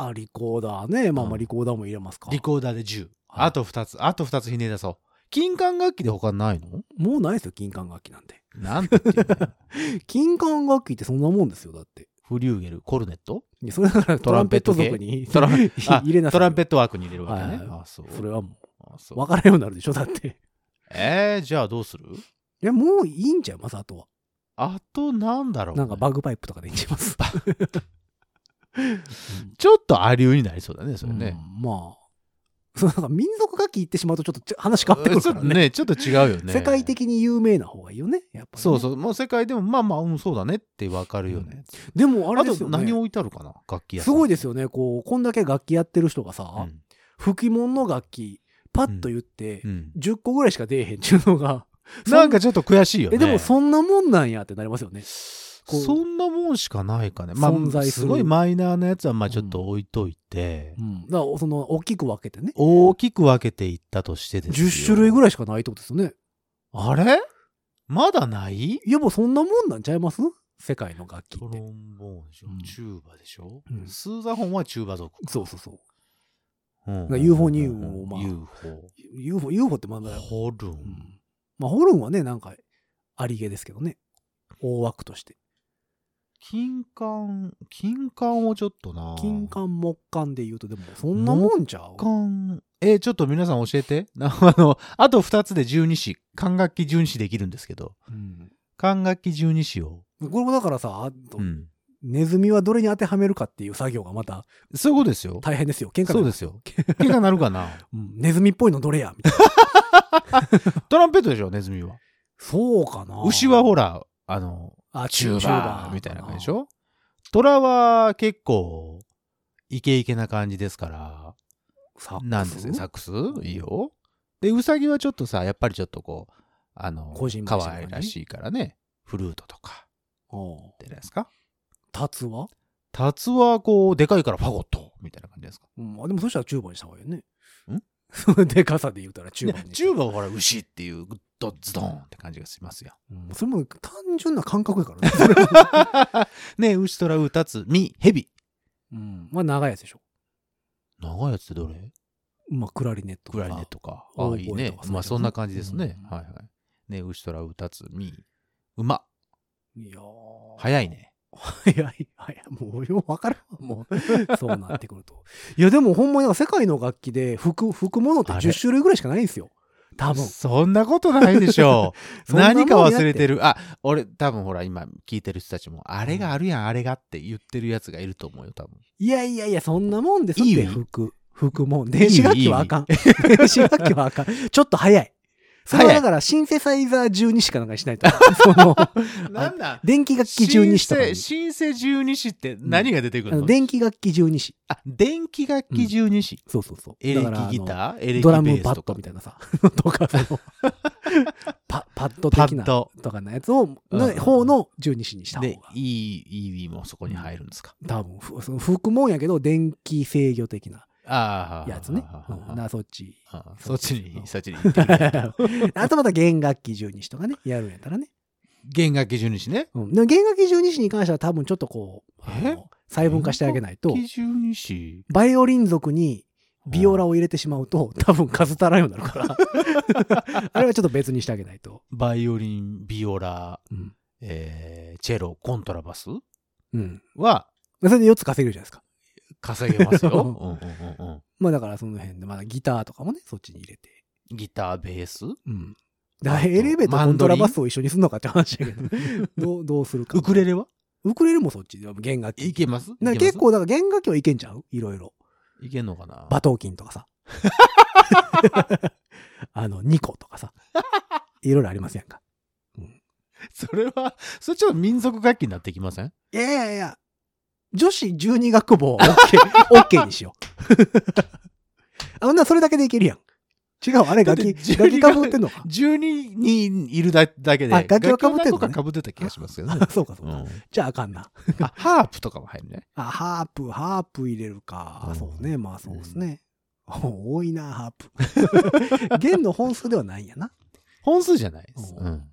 [SPEAKER 2] ー、あリコーダーね。まあま
[SPEAKER 3] う
[SPEAKER 2] あ、
[SPEAKER 3] ん
[SPEAKER 2] リコーダーも入れますか。
[SPEAKER 3] リコーダーで10。
[SPEAKER 2] はい
[SPEAKER 3] あと2つ、あと2つひね出そう。金管楽器で他ないの
[SPEAKER 2] もうないですよ、金管楽器なんて。
[SPEAKER 3] なんて言って んの
[SPEAKER 2] 金管楽器ってそんなもんですよ、だって。
[SPEAKER 3] フリューゲル、コルネット
[SPEAKER 2] いやそれだからトランペット族に
[SPEAKER 3] トランあ
[SPEAKER 2] 入れなさい
[SPEAKER 3] ト
[SPEAKER 2] よ
[SPEAKER 3] ランペット枠に入れるわけ
[SPEAKER 2] はい
[SPEAKER 3] ね
[SPEAKER 2] は。い
[SPEAKER 3] あ、そう。
[SPEAKER 2] それはも
[SPEAKER 3] あそうう
[SPEAKER 2] 分からんようになるでしょ、だって。い
[SPEAKER 3] えー、じゃあどうする
[SPEAKER 2] や、もういいんちゃいます、あとは。
[SPEAKER 3] あとなんだろうね。
[SPEAKER 2] なんかバグパイプとかでいっちゃいます。
[SPEAKER 3] ちょっとアリューになりそうだね、それね。
[SPEAKER 2] うんまあ、そうなんか民族楽器行ってしまうとちょっとちょ話変わってくるから
[SPEAKER 3] うん
[SPEAKER 2] ね
[SPEAKER 3] ちょっとちょっと違うよね。
[SPEAKER 2] 世界的に有名な方がいいよね、やっぱりね、
[SPEAKER 3] そうそう。もう世界でも、まあまあ、うん、そうだねってわかるよね。
[SPEAKER 2] でもあ
[SPEAKER 3] あ
[SPEAKER 2] れです
[SPEAKER 3] と
[SPEAKER 2] よ、ね。
[SPEAKER 3] 何置いてあるかな楽器屋
[SPEAKER 2] すごい
[SPEAKER 3] で
[SPEAKER 2] ですよね。こう、こんだけ楽器やってる人がさ、
[SPEAKER 3] うん
[SPEAKER 2] 吹き物の楽器、パッと言って、
[SPEAKER 3] うん
[SPEAKER 2] 10個ぐらいしか出えへんっていうのが、
[SPEAKER 3] なんかちょっと悔しいよ
[SPEAKER 2] え、
[SPEAKER 3] ね。
[SPEAKER 2] でもそんなもんなんやってなりますよね。こう
[SPEAKER 3] そんなもんしかないかね。まあ、
[SPEAKER 2] 存在する
[SPEAKER 3] すごいマイナーなやつは、まあちょっと置いといて、
[SPEAKER 2] うん。だから、その、大きく分けてね。
[SPEAKER 3] 大きく分けていったとしてですよ。
[SPEAKER 2] 10種類ぐらいしかないってことですよね。
[SPEAKER 3] あれまだない
[SPEAKER 2] いや、もうそんなもんなんちゃいます世界の楽器
[SPEAKER 3] ト
[SPEAKER 2] っ
[SPEAKER 3] ロ
[SPEAKER 2] て。
[SPEAKER 3] ンボーンでしょ、
[SPEAKER 2] うん
[SPEAKER 3] チューバでしょ、
[SPEAKER 2] うん
[SPEAKER 3] スーザフォンはチューバ族。
[SPEAKER 2] そうそうそう。
[SPEAKER 3] う
[SPEAKER 2] だ
[SPEAKER 3] ん
[SPEAKER 2] から UFO ニウムもまあ
[SPEAKER 3] UFO。
[SPEAKER 2] UFO、UFO ってまだ、
[SPEAKER 3] ホル
[SPEAKER 2] う
[SPEAKER 3] ン。
[SPEAKER 2] んまあ、ホルンはね、なんか、ありげですけどね。大枠として。
[SPEAKER 3] 金管、金管をちょっとな。
[SPEAKER 2] 金。管、木管で言うと、でも、そんなもんちゃう
[SPEAKER 3] 管。えーちょっと皆さん教えて。 なあの、あと2つで十二支、管楽器十二支できるんですけど、
[SPEAKER 2] うん
[SPEAKER 3] 管楽器十二支を。
[SPEAKER 2] これもだからさ、あと
[SPEAKER 3] うん。
[SPEAKER 2] ネズミはどれに当てはめるかっていう作業がまた
[SPEAKER 3] そういうことですよ。
[SPEAKER 2] 大変ですよ。喧嘩、
[SPEAKER 3] そうですすよ。喧嘩なるかな
[SPEAKER 2] うんネズミっぽいのどれやみたいな。
[SPEAKER 3] トランペットでしょ、ネズミは。
[SPEAKER 2] そうかな。
[SPEAKER 3] 牛はほら、あの、
[SPEAKER 2] あ、
[SPEAKER 3] チ
[SPEAKER 2] チュ
[SPEAKER 3] ュ
[SPEAKER 2] ー
[SPEAKER 3] ー
[SPEAKER 2] バ
[SPEAKER 3] バ
[SPEAKER 2] ー
[SPEAKER 3] ーみたいな感じでしょ虎は結構、イケイケな感じですから、
[SPEAKER 2] サックス
[SPEAKER 3] なんですね、サックスいいよ。で、ウサギはちょっとさ、やっぱりちょっとこう、あの
[SPEAKER 2] こじ、んまりし
[SPEAKER 3] 可
[SPEAKER 2] た感じ
[SPEAKER 3] 愛らしいからね、フルートとか、
[SPEAKER 2] うん
[SPEAKER 3] じゃないですか。
[SPEAKER 2] タツは、
[SPEAKER 3] タツはこう、でかいからファゴット、みたいな感じですか。
[SPEAKER 2] うん、あでもそしたらチューバーにした方がいいよね。
[SPEAKER 3] ん
[SPEAKER 2] その でかさで言うたらチューバー
[SPEAKER 3] で
[SPEAKER 2] に。
[SPEAKER 3] チューバはほら、牛っていう、ドッズドーンって感じがしますよ。
[SPEAKER 2] うんそれも単純な感覚やからねそれは。
[SPEAKER 3] ね、牛、虎、ウ、タツ、ミ、ヘビ。
[SPEAKER 2] うん。まあ長いやつでしょ。
[SPEAKER 3] 長いやつってどれ
[SPEAKER 2] まあクラリネットと
[SPEAKER 3] ク
[SPEAKER 2] か。
[SPEAKER 3] ラリネットか。
[SPEAKER 2] オー
[SPEAKER 3] あ
[SPEAKER 2] ボ
[SPEAKER 3] あ、
[SPEAKER 2] エ
[SPEAKER 3] い
[SPEAKER 2] と
[SPEAKER 3] い
[SPEAKER 2] かそう
[SPEAKER 3] ね
[SPEAKER 2] いう。の
[SPEAKER 3] まあ、そんな感じですね。
[SPEAKER 2] うん
[SPEAKER 3] はいはい。ね、牛とらうたつみ、馬。
[SPEAKER 2] いやー
[SPEAKER 3] 早い。ね。
[SPEAKER 2] 早 い、早い。もうようわからんわも う。そうなってくると。いやでもほんまに世界の楽器で吹く、吹くものって
[SPEAKER 3] あれ
[SPEAKER 2] 10種類ぐらいしかないんですよ。多分。
[SPEAKER 3] そんなことないでしょう。
[SPEAKER 2] そんなもん
[SPEAKER 3] 何か
[SPEAKER 2] やっ
[SPEAKER 3] 忘れてる。あ、俺、多分ほら、今聞いてる人たちも、あれがあるやん、あれがって言ってるやつがいると思うよ、多分。
[SPEAKER 2] いやいやいや、そんなもんですっ
[SPEAKER 3] いい
[SPEAKER 2] て
[SPEAKER 3] よ
[SPEAKER 2] 吹く。吹くもん。電子楽器はあかん。電子楽器はあかん。ちょっと早い。それは
[SPEAKER 3] 早
[SPEAKER 2] だ
[SPEAKER 3] い
[SPEAKER 2] からシンセサイザー12しかなんかしないと。そ の、
[SPEAKER 3] なんだ
[SPEAKER 2] 電気楽器12しとかに
[SPEAKER 3] 新世、新世十二支って何が出てく
[SPEAKER 2] あ
[SPEAKER 3] る
[SPEAKER 2] の
[SPEAKER 3] の
[SPEAKER 2] 電気楽器12子。
[SPEAKER 3] あ、電気楽器十二支。
[SPEAKER 2] そうそうそう。
[SPEAKER 3] エレキギ
[SPEAKER 2] だから
[SPEAKER 3] ターエ
[SPEAKER 2] あ
[SPEAKER 3] レ
[SPEAKER 2] の
[SPEAKER 3] キ
[SPEAKER 2] ド
[SPEAKER 3] ベ
[SPEAKER 2] ラム
[SPEAKER 3] ー
[SPEAKER 2] パ
[SPEAKER 3] ス
[SPEAKER 2] ッド
[SPEAKER 3] とか
[SPEAKER 2] み。たいなさ、 とか、そ の、パパッド
[SPEAKER 3] パ
[SPEAKER 2] 的
[SPEAKER 3] ッ
[SPEAKER 2] な、
[SPEAKER 3] ド。
[SPEAKER 2] とかのやつを、の
[SPEAKER 3] うん
[SPEAKER 2] 方の十二支にした方
[SPEAKER 3] で
[SPEAKER 2] が、。
[SPEAKER 3] いい、いいもそこに入るんですか。
[SPEAKER 2] 多分、ふその吹くもんやけど、電気制御的な
[SPEAKER 3] ああ。
[SPEAKER 2] やつね。
[SPEAKER 3] あ
[SPEAKER 2] う
[SPEAKER 3] あ
[SPEAKER 2] んだからそっち。
[SPEAKER 3] ああそっち
[SPEAKER 2] うん
[SPEAKER 3] に、そっちに行ってくれ。
[SPEAKER 2] あとまた弦楽器十二支とかね、やるんやったらね。
[SPEAKER 3] 弦楽器十二支ね。
[SPEAKER 2] うん。でも弦楽器十二支に関しては多分ちょっとこう、あ
[SPEAKER 3] え
[SPEAKER 2] の細分化してあげないと、
[SPEAKER 3] 弦楽器十二支
[SPEAKER 2] バイオリン族にビオラを入れてしまうと、多分数足らんようになる から。あれはちょっと別にしてあげないと。
[SPEAKER 3] バイオリン、ビオラ、
[SPEAKER 2] うん。
[SPEAKER 3] えーチェロ、コントラバス
[SPEAKER 2] うん。
[SPEAKER 3] は
[SPEAKER 2] それで4つ稼げるじゃないですか。
[SPEAKER 3] 稼げますよ。
[SPEAKER 2] う
[SPEAKER 3] うんんうんうん
[SPEAKER 2] まあだからその辺で、まだギターとかもね、そっちに入れて。
[SPEAKER 3] うんギター、ベース、
[SPEAKER 2] うん。だから
[SPEAKER 3] あと
[SPEAKER 2] エレベーター
[SPEAKER 3] マ
[SPEAKER 2] とコン
[SPEAKER 3] ン
[SPEAKER 2] ト
[SPEAKER 3] ドリ
[SPEAKER 2] ラ
[SPEAKER 3] ン
[SPEAKER 2] バスを一緒にすんのかって話や けど、どうどうするか。
[SPEAKER 3] ウクレレは
[SPEAKER 2] ウクレレもそっちで、弦楽器。
[SPEAKER 3] いけます
[SPEAKER 2] なん
[SPEAKER 3] い
[SPEAKER 2] か
[SPEAKER 3] けます
[SPEAKER 2] 結構、だから弦楽器はいけんちゃういろいろ。
[SPEAKER 3] いけんのかな
[SPEAKER 2] バトーキンとか さ。あの、ニコと かさ。いろいろありますやんか。
[SPEAKER 3] それは、それちょっと民族楽器になってきません
[SPEAKER 2] いやいやいや。女子12学部は OK, OK にしよう。あんなそれだけでいけるやん。違う、あれ楽器、
[SPEAKER 3] だっ
[SPEAKER 2] 楽
[SPEAKER 3] て
[SPEAKER 2] 器かぶってんのか。
[SPEAKER 3] 12人いるだだけで、
[SPEAKER 2] あ楽器は被ってんのね
[SPEAKER 3] 楽器は何個か被ってた気がしますけどね
[SPEAKER 2] あ。 そうかそう
[SPEAKER 3] う
[SPEAKER 2] か。
[SPEAKER 3] ん
[SPEAKER 2] じゃああかんな。
[SPEAKER 3] あ、ハープとかも入るね。
[SPEAKER 2] あ、ハープ、ハープ入れるか。
[SPEAKER 3] うん
[SPEAKER 2] そうね。まあそうですね。 多いな、ハープ。 弦の本数ではないんや な。
[SPEAKER 3] 本数じゃないです。
[SPEAKER 2] うん
[SPEAKER 3] うん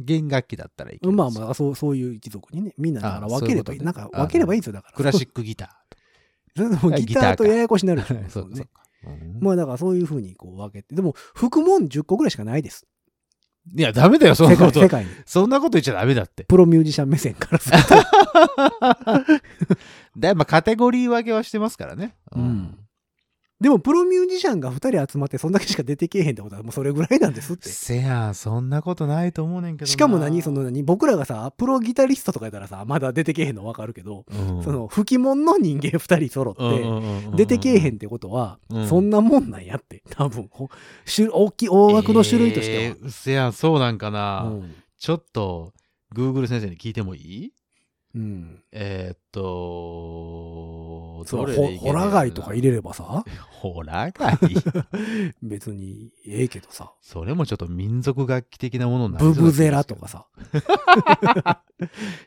[SPEAKER 3] 弦楽器だったらいけます
[SPEAKER 2] まあまあ、そう、そういう一族にね。みんなだから
[SPEAKER 3] あ
[SPEAKER 2] 分ければいい。
[SPEAKER 3] そうい
[SPEAKER 2] な
[SPEAKER 3] うんこと
[SPEAKER 2] か
[SPEAKER 3] ね
[SPEAKER 2] 分ければいいんですよ。だから。
[SPEAKER 3] クラシ
[SPEAKER 2] ッ
[SPEAKER 3] ックギタ
[SPEAKER 2] ク。ギターとややこしにな るでしょ
[SPEAKER 3] ー
[SPEAKER 2] そうね。
[SPEAKER 3] かうん
[SPEAKER 2] まあだからそういうふうにこう分けて。でも、服もん10個ぐらいしかないです。
[SPEAKER 3] いや、ダメ だよ、そ
[SPEAKER 2] 世
[SPEAKER 3] んな
[SPEAKER 2] 界、
[SPEAKER 3] こと
[SPEAKER 2] 世。界に。
[SPEAKER 3] そんなこと言っちゃダメだって。
[SPEAKER 2] プロミュージシャン目線からすると。
[SPEAKER 3] だまあカテゴリー分けはしてますからね。
[SPEAKER 2] うんでも、プロミュージシャンが2人集まって、そんだけしか出てけえへんってことは、もうそれぐらいなんですって。
[SPEAKER 3] せやん、そんなことないと思うねんけどな。
[SPEAKER 2] しかも何その何僕らがさ、プロギタリストとかやったらさ、まだ出てけえへんのわかるけど、
[SPEAKER 3] うん、
[SPEAKER 2] その、吹き物の人間2人揃
[SPEAKER 3] うんうん
[SPEAKER 2] っ
[SPEAKER 3] うんうん、
[SPEAKER 2] て、出てけえへんってことは
[SPEAKER 3] う、ん
[SPEAKER 2] そんなもんなんやって、多分、ほ種大きい、大枠の種類としては。
[SPEAKER 3] えーせやん、そうなんかな。
[SPEAKER 2] うん
[SPEAKER 3] ちょっと、Google 先生に聞いてもいい
[SPEAKER 2] うん。
[SPEAKER 3] えー、っと、
[SPEAKER 2] そ
[SPEAKER 3] ど
[SPEAKER 2] う、
[SPEAKER 3] れ
[SPEAKER 2] ほ
[SPEAKER 3] でいけ
[SPEAKER 2] ホラ貝とか入れればさ、
[SPEAKER 3] れ ホラガイ
[SPEAKER 2] 別にええけどさ、
[SPEAKER 3] それもちょっと民族楽器的なものになりそう
[SPEAKER 2] ブ
[SPEAKER 3] な気が
[SPEAKER 2] ブゼラとかさ、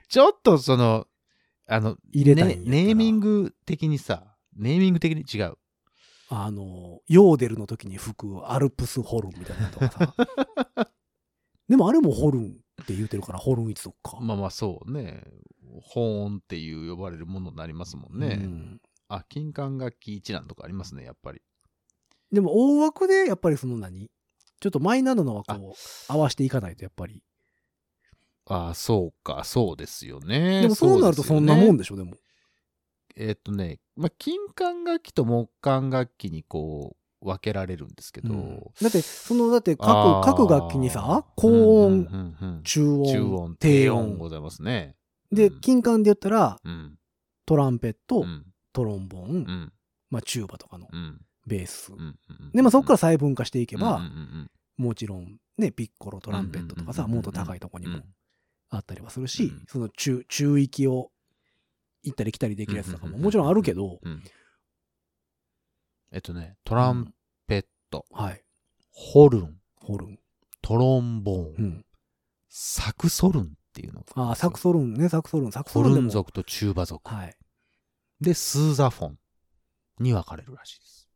[SPEAKER 3] ちょっとその、あの、
[SPEAKER 2] 入れたいんや
[SPEAKER 3] ね
[SPEAKER 2] ったら
[SPEAKER 3] ネーミング的にさ、ネーミング的に違う。
[SPEAKER 2] あの、ヨーデル の時に吹くアルプスホルンみたいなのとかさ。でもあれもホルンって言うてるから、ホルン一族か。
[SPEAKER 3] まあまあそうね。保温っていう呼ばれるものになりますもんね。
[SPEAKER 2] うん
[SPEAKER 3] あ、金管楽器一覧とかありますね、やっぱり。
[SPEAKER 2] でも大枠で、やっぱりその何ちょっとマイナーなのはこう、合わせていかないと、やっぱり。
[SPEAKER 3] ああ、そうか、そうですよね。
[SPEAKER 2] でもそうなるとそんなもん
[SPEAKER 3] で
[SPEAKER 2] でしょ、でも。
[SPEAKER 3] すよね。えっ、とね、まあ、金管楽器と木管楽器にこう、分けられるんですけど、
[SPEAKER 2] うんだって、その、だって
[SPEAKER 3] あ
[SPEAKER 2] 各、
[SPEAKER 3] ー
[SPEAKER 2] 各楽器にさ、高
[SPEAKER 3] うん
[SPEAKER 2] 音、
[SPEAKER 3] うんうんうん
[SPEAKER 2] 中音、
[SPEAKER 3] 中音、低
[SPEAKER 2] 低
[SPEAKER 3] 音
[SPEAKER 2] 音。
[SPEAKER 3] ございますね。
[SPEAKER 2] で、
[SPEAKER 3] うん
[SPEAKER 2] 金管で言ったら、
[SPEAKER 3] うん。
[SPEAKER 2] トランペッ
[SPEAKER 3] う
[SPEAKER 2] ト、
[SPEAKER 3] ん。
[SPEAKER 2] トロンボ
[SPEAKER 3] う
[SPEAKER 2] ン、
[SPEAKER 3] ん。
[SPEAKER 2] まあ、チューバとかの
[SPEAKER 3] うん。
[SPEAKER 2] ベース
[SPEAKER 3] う。んうん
[SPEAKER 2] で、まあ、そこから細分化していけ
[SPEAKER 3] うんうん
[SPEAKER 2] ば、
[SPEAKER 3] うん
[SPEAKER 2] もちろん、ね、ピッコロ、トランペットとかさ、
[SPEAKER 3] うんうんうん
[SPEAKER 2] も
[SPEAKER 3] うん
[SPEAKER 2] っと高いとこに
[SPEAKER 3] う
[SPEAKER 2] も
[SPEAKER 3] ん
[SPEAKER 2] あったりはするし
[SPEAKER 3] うん、
[SPEAKER 2] その中、中域を行ったり来たりできるやつとか
[SPEAKER 3] うんうん
[SPEAKER 2] も
[SPEAKER 3] うん
[SPEAKER 2] もちろんあるけど、
[SPEAKER 3] うんえっとね、トランペット、
[SPEAKER 2] はい、
[SPEAKER 3] ホルン、
[SPEAKER 2] ホルン。
[SPEAKER 3] トロンボーン、
[SPEAKER 2] うん。
[SPEAKER 3] サクソルンっていうのが
[SPEAKER 2] ああ、サクソルンね、サクソルン、サクソ
[SPEAKER 3] ホ
[SPEAKER 2] ルンで
[SPEAKER 3] ルン
[SPEAKER 2] も。
[SPEAKER 3] 族とチューバ族。
[SPEAKER 2] はい。
[SPEAKER 3] で、スーザフォンに分かれるらしいです。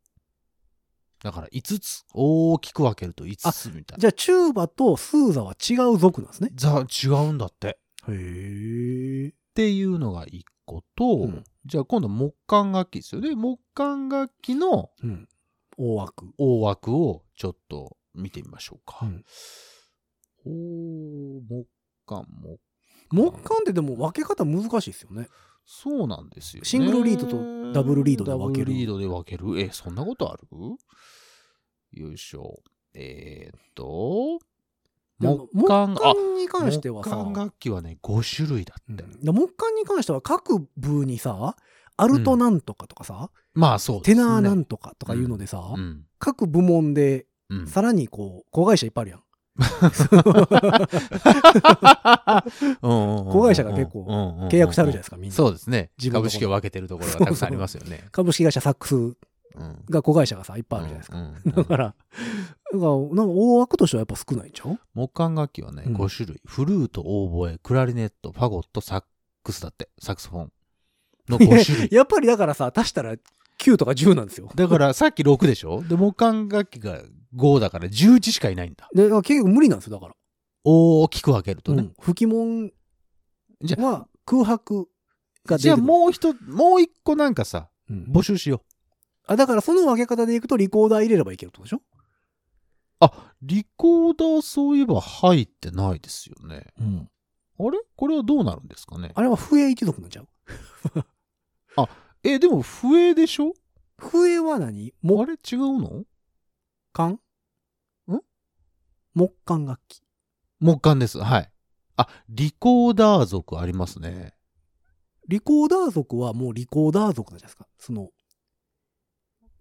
[SPEAKER 3] だから5つ、大きく分けると5つみたい
[SPEAKER 2] じ
[SPEAKER 3] な。
[SPEAKER 2] ゃあ、チューバとスーザは違う族なんですね。
[SPEAKER 3] じゃあ違うんだって。
[SPEAKER 2] へえ。
[SPEAKER 3] っていうのが1個と、
[SPEAKER 2] ん
[SPEAKER 3] じゃあ今度木管楽器ですよね。木管楽器の
[SPEAKER 2] うん。大枠。
[SPEAKER 3] 大枠をちょっと見てみましょうか。
[SPEAKER 2] うん
[SPEAKER 3] おー木管も、
[SPEAKER 2] 木管ってでも分け方難しいですよね。
[SPEAKER 3] そうなんですよ、ね。
[SPEAKER 2] シングルリードとダブルリードで分ける
[SPEAKER 3] ダブルリードで分ける。え、そんなことあるよいしょ。えー、っと、
[SPEAKER 2] でも
[SPEAKER 3] 木管、あ、
[SPEAKER 2] に関してはさ、
[SPEAKER 3] 木管楽器はね、5種類だ
[SPEAKER 2] う
[SPEAKER 3] っ
[SPEAKER 2] ん
[SPEAKER 3] て。
[SPEAKER 2] で木管に関しては各部にさ、アルトなんとかとかさ、
[SPEAKER 3] まあそうで
[SPEAKER 2] テ
[SPEAKER 3] すね。
[SPEAKER 2] ナーなんとかとかいうのでさ、
[SPEAKER 3] うん。
[SPEAKER 2] 各部門で
[SPEAKER 3] うん。
[SPEAKER 2] さらにこう、子会社いっぱいあるやん。
[SPEAKER 3] 子
[SPEAKER 2] 子会社が結構契約してあるじゃないですか、みんな。
[SPEAKER 3] そうですね。
[SPEAKER 2] 自分の
[SPEAKER 3] 株式を分けてるところがたくさんありますよね。
[SPEAKER 2] 株式会社サックス
[SPEAKER 3] うん。
[SPEAKER 2] が子会社がさ、いっぱいあるじゃないですか。
[SPEAKER 3] う
[SPEAKER 2] だから、
[SPEAKER 3] ん
[SPEAKER 2] だからなんか大枠としてはやっぱ少ないんちゃう
[SPEAKER 3] 木管楽器はね、
[SPEAKER 2] うん
[SPEAKER 3] 5種類。フルート、オーボエ、クラリネット、ファゴット、サックスだって、サックスフォンの5種類。
[SPEAKER 2] やっぱりだからさ、足したら9とか10なんですよ。
[SPEAKER 3] だからさっき6でしょで、木管楽器が5だから11しかいないんだ。
[SPEAKER 2] でだから結局無理なんですよ、だから。
[SPEAKER 3] 大きく分けると
[SPEAKER 2] う
[SPEAKER 3] ね。
[SPEAKER 2] ん、吹き物
[SPEAKER 3] じゃ
[SPEAKER 2] は空白が出てくる
[SPEAKER 3] じゃあもう一、もう一個なんかさ、
[SPEAKER 2] うん
[SPEAKER 3] 募集しよう。
[SPEAKER 2] あだからその分け方でいくとリコーダー入れればいけるってことでしょ
[SPEAKER 3] あ、リコーダーそういえば入ってないですよね。あれこれはどうなるんですかね
[SPEAKER 2] あれは笛一族なんちゃう
[SPEAKER 3] え、でも笛でしょ
[SPEAKER 2] 笛は何
[SPEAKER 3] あ
[SPEAKER 2] 木
[SPEAKER 3] れ違うの
[SPEAKER 2] 管ん木管楽器。
[SPEAKER 3] 木管です。はい。あ、リコーダー族ありますね。
[SPEAKER 2] リコーダー族はもうリコーダー族なんじゃないですかその、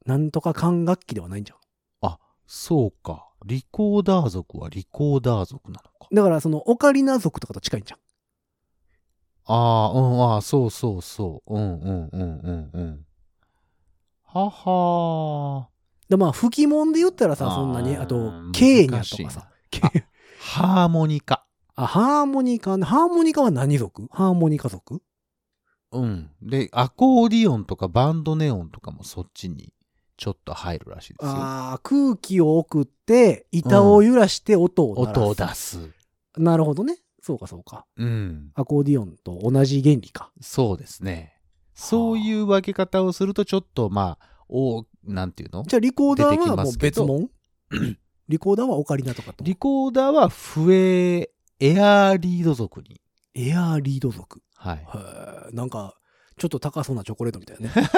[SPEAKER 2] なんとか管楽器ではないんちゃ
[SPEAKER 3] そうか。リコーダー族はリコーダー族なのか。
[SPEAKER 2] うだからそのオカリナ族とかと近いんちゃう
[SPEAKER 3] ああ、うん、ああ、そうそうそう。うん、うん、うん、うん、うん。はは
[SPEAKER 2] でまあ吹き物で言ったらさ、
[SPEAKER 3] あー
[SPEAKER 2] そんなに、あと
[SPEAKER 3] 難、しい
[SPEAKER 2] ケーニャとかさ。ケー
[SPEAKER 3] ー。ハーモニカ。
[SPEAKER 2] あ、ハーモニカ、ハーモニカは何族ハーモニカ族
[SPEAKER 3] うん。で、アコーディオンとかバンドネオンとかもそっちにちょっと入るらしいですよ。
[SPEAKER 2] ああ、空気を送って、板を揺らして音を鳴らす。
[SPEAKER 3] 音を出す。
[SPEAKER 2] なるほどね。そうか、そうか。
[SPEAKER 3] うん。
[SPEAKER 2] アコーディオンと同じ原理か。
[SPEAKER 3] そうですね。
[SPEAKER 2] あ
[SPEAKER 3] そういう分け方をすると、ちょっと、まあ、おなんていうの
[SPEAKER 2] じゃあ、リコーダー
[SPEAKER 3] 出て
[SPEAKER 2] は
[SPEAKER 3] きま
[SPEAKER 2] もう
[SPEAKER 3] すけ
[SPEAKER 2] 別
[SPEAKER 3] ど
[SPEAKER 2] 物 リコーダーはオカリナとかと。
[SPEAKER 3] リコーダーは笛、エアーリード族に。
[SPEAKER 2] エアーリード族。
[SPEAKER 3] はい。
[SPEAKER 2] へーなんか、ちょっと高そうなチョコレートみたいなね。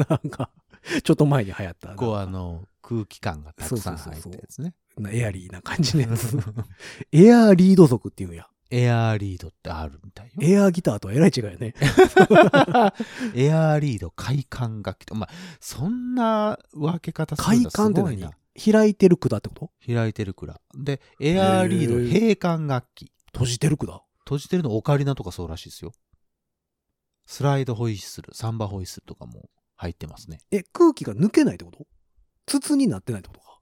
[SPEAKER 2] なんか、ちょっと前に流行った。
[SPEAKER 3] こう、あの、空気感がたくさん入ったやつね。
[SPEAKER 2] なエアリーな感じのやつ。 エアーリード族っていうんや。
[SPEAKER 3] エアーリードってあるみたいよ。
[SPEAKER 2] エアーギターとはえらい違いよね。
[SPEAKER 3] エアーリード、快感楽器と。まあ、そんな分け方する
[SPEAKER 2] 快
[SPEAKER 3] んだ
[SPEAKER 2] 感って
[SPEAKER 3] すごい
[SPEAKER 2] 何
[SPEAKER 3] な
[SPEAKER 2] 開いてる管ってこと
[SPEAKER 3] 開いてる蔵。で、エアーリード、
[SPEAKER 2] へー
[SPEAKER 3] 閉管楽器。
[SPEAKER 2] 閉じてる管。
[SPEAKER 3] 閉じてるのオカリナとかそうらしいですよ。スライドホイッスル、サンバホイッスルとかも入ってますね。
[SPEAKER 2] え、空気が抜けないってこと筒になってないってことか。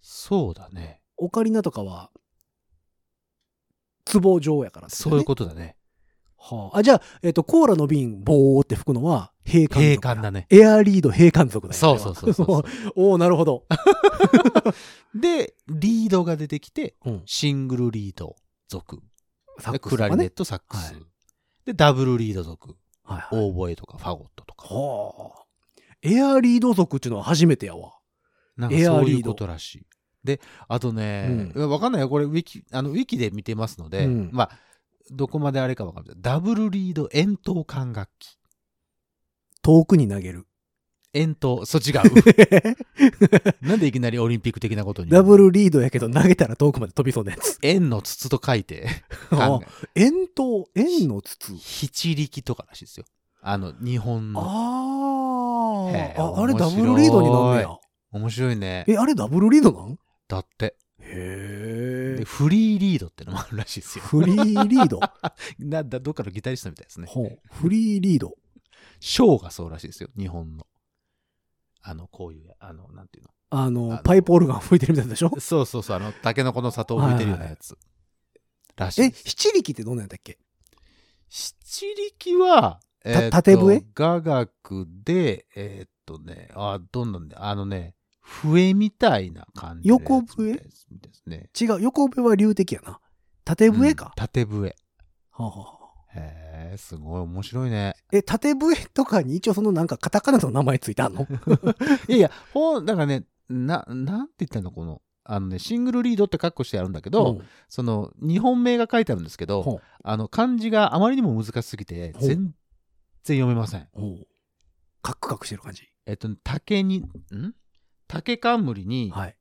[SPEAKER 3] そうだね。
[SPEAKER 2] オカリナとかは、壺状やからってこと
[SPEAKER 3] そう
[SPEAKER 2] ね
[SPEAKER 3] いうことだね。
[SPEAKER 2] はあ、あじゃあ、えっと、コーラの瓶、ボーって吹くのは、閉管
[SPEAKER 3] 閉
[SPEAKER 2] 族。
[SPEAKER 3] 管だね。
[SPEAKER 2] エアリード閉管族だよ
[SPEAKER 3] そうそうそうそうそう。
[SPEAKER 2] おおーなるほ ど。
[SPEAKER 3] で、リードが出てきて、
[SPEAKER 2] うん。
[SPEAKER 3] シングルリード族。
[SPEAKER 2] サ
[SPEAKER 3] で
[SPEAKER 2] ックス
[SPEAKER 3] ク
[SPEAKER 2] とかね
[SPEAKER 3] ラリネット、サックス
[SPEAKER 2] はい。
[SPEAKER 3] で、ダブルリード族。
[SPEAKER 2] はいはい。
[SPEAKER 3] オーボエとかファゴットとか。
[SPEAKER 2] はあ。エアリード族っていうのは初めてやわ。
[SPEAKER 3] なんか
[SPEAKER 2] エア
[SPEAKER 3] そうい
[SPEAKER 2] リ
[SPEAKER 3] う
[SPEAKER 2] ード
[SPEAKER 3] ことらしい。で、あとね、わかんないよ。これ、ウィキ、あの、ウィキで見てますので、
[SPEAKER 2] うん
[SPEAKER 3] まあ、どこまであれかわかんない。ダブルリード遠投管楽器。
[SPEAKER 2] 遠くに投げる。
[SPEAKER 3] 遠投、そう違う。 なんでいきなりオリンピック的なことに。
[SPEAKER 2] ダブルリードやけど投げたら遠くまで飛びそうなやつ。
[SPEAKER 3] 円の筒と書 いて、
[SPEAKER 2] あ
[SPEAKER 3] 管
[SPEAKER 2] あ円筒、円の筒。
[SPEAKER 3] 七力とからしいですよ。あの、日本の。
[SPEAKER 2] あ
[SPEAKER 3] へえ
[SPEAKER 2] ーあ。あれ
[SPEAKER 3] 面白
[SPEAKER 2] ダ
[SPEAKER 3] い
[SPEAKER 2] ブルリードになんねや。
[SPEAKER 3] 面白いね。
[SPEAKER 2] え、あれダブルリードなん
[SPEAKER 3] だって。
[SPEAKER 2] へ
[SPEAKER 3] で、
[SPEAKER 2] え。
[SPEAKER 3] フリーリードってのもあるらしいです よ。
[SPEAKER 2] フリーリード。
[SPEAKER 3] なだどっかのギタリストみたいですね。
[SPEAKER 2] ほう。フリーリード。
[SPEAKER 3] ショーがそうらしいですよ。日本の。あの、こういう、あの、なんていう
[SPEAKER 2] あ
[SPEAKER 3] あ
[SPEAKER 2] の
[SPEAKER 3] の、
[SPEAKER 2] パイプオルガン吹いてるみたいでしょ
[SPEAKER 3] の。そうそうそう。あの、タケノコの里を吹いてるようなやつ。らしい
[SPEAKER 2] え、
[SPEAKER 3] です。
[SPEAKER 2] 七力ってどんなんやったっけ
[SPEAKER 3] 七力は、えーと
[SPEAKER 2] 縦笛
[SPEAKER 3] 雅楽で、えーっとね、あ、どんどんね、あのね、笛みたいな感じのやつ
[SPEAKER 2] 横笛
[SPEAKER 3] みたいですみたいですね。
[SPEAKER 2] 違う、横笛は流的やな。縦笛
[SPEAKER 3] うん
[SPEAKER 2] か。
[SPEAKER 3] 縦笛。
[SPEAKER 2] はあはあはあ
[SPEAKER 3] へえ、すごい面白いね。
[SPEAKER 2] え、縦笛とかに一応そのなんかカタカナの名前ついてあんの
[SPEAKER 3] いやいや、ほん、だからね、な、なんて言ったのこの、あのね、シングルリードって括弧してあるんだけど、
[SPEAKER 2] ん
[SPEAKER 3] その、日本名が書いてあるんですけど、
[SPEAKER 2] ほ
[SPEAKER 3] あの、漢字があまりにも難しすぎて、
[SPEAKER 2] ほう
[SPEAKER 3] 全然読めません。
[SPEAKER 2] うほうカクカクしてる感じ。
[SPEAKER 3] えっと、竹に、ん竹冠に、
[SPEAKER 2] はい。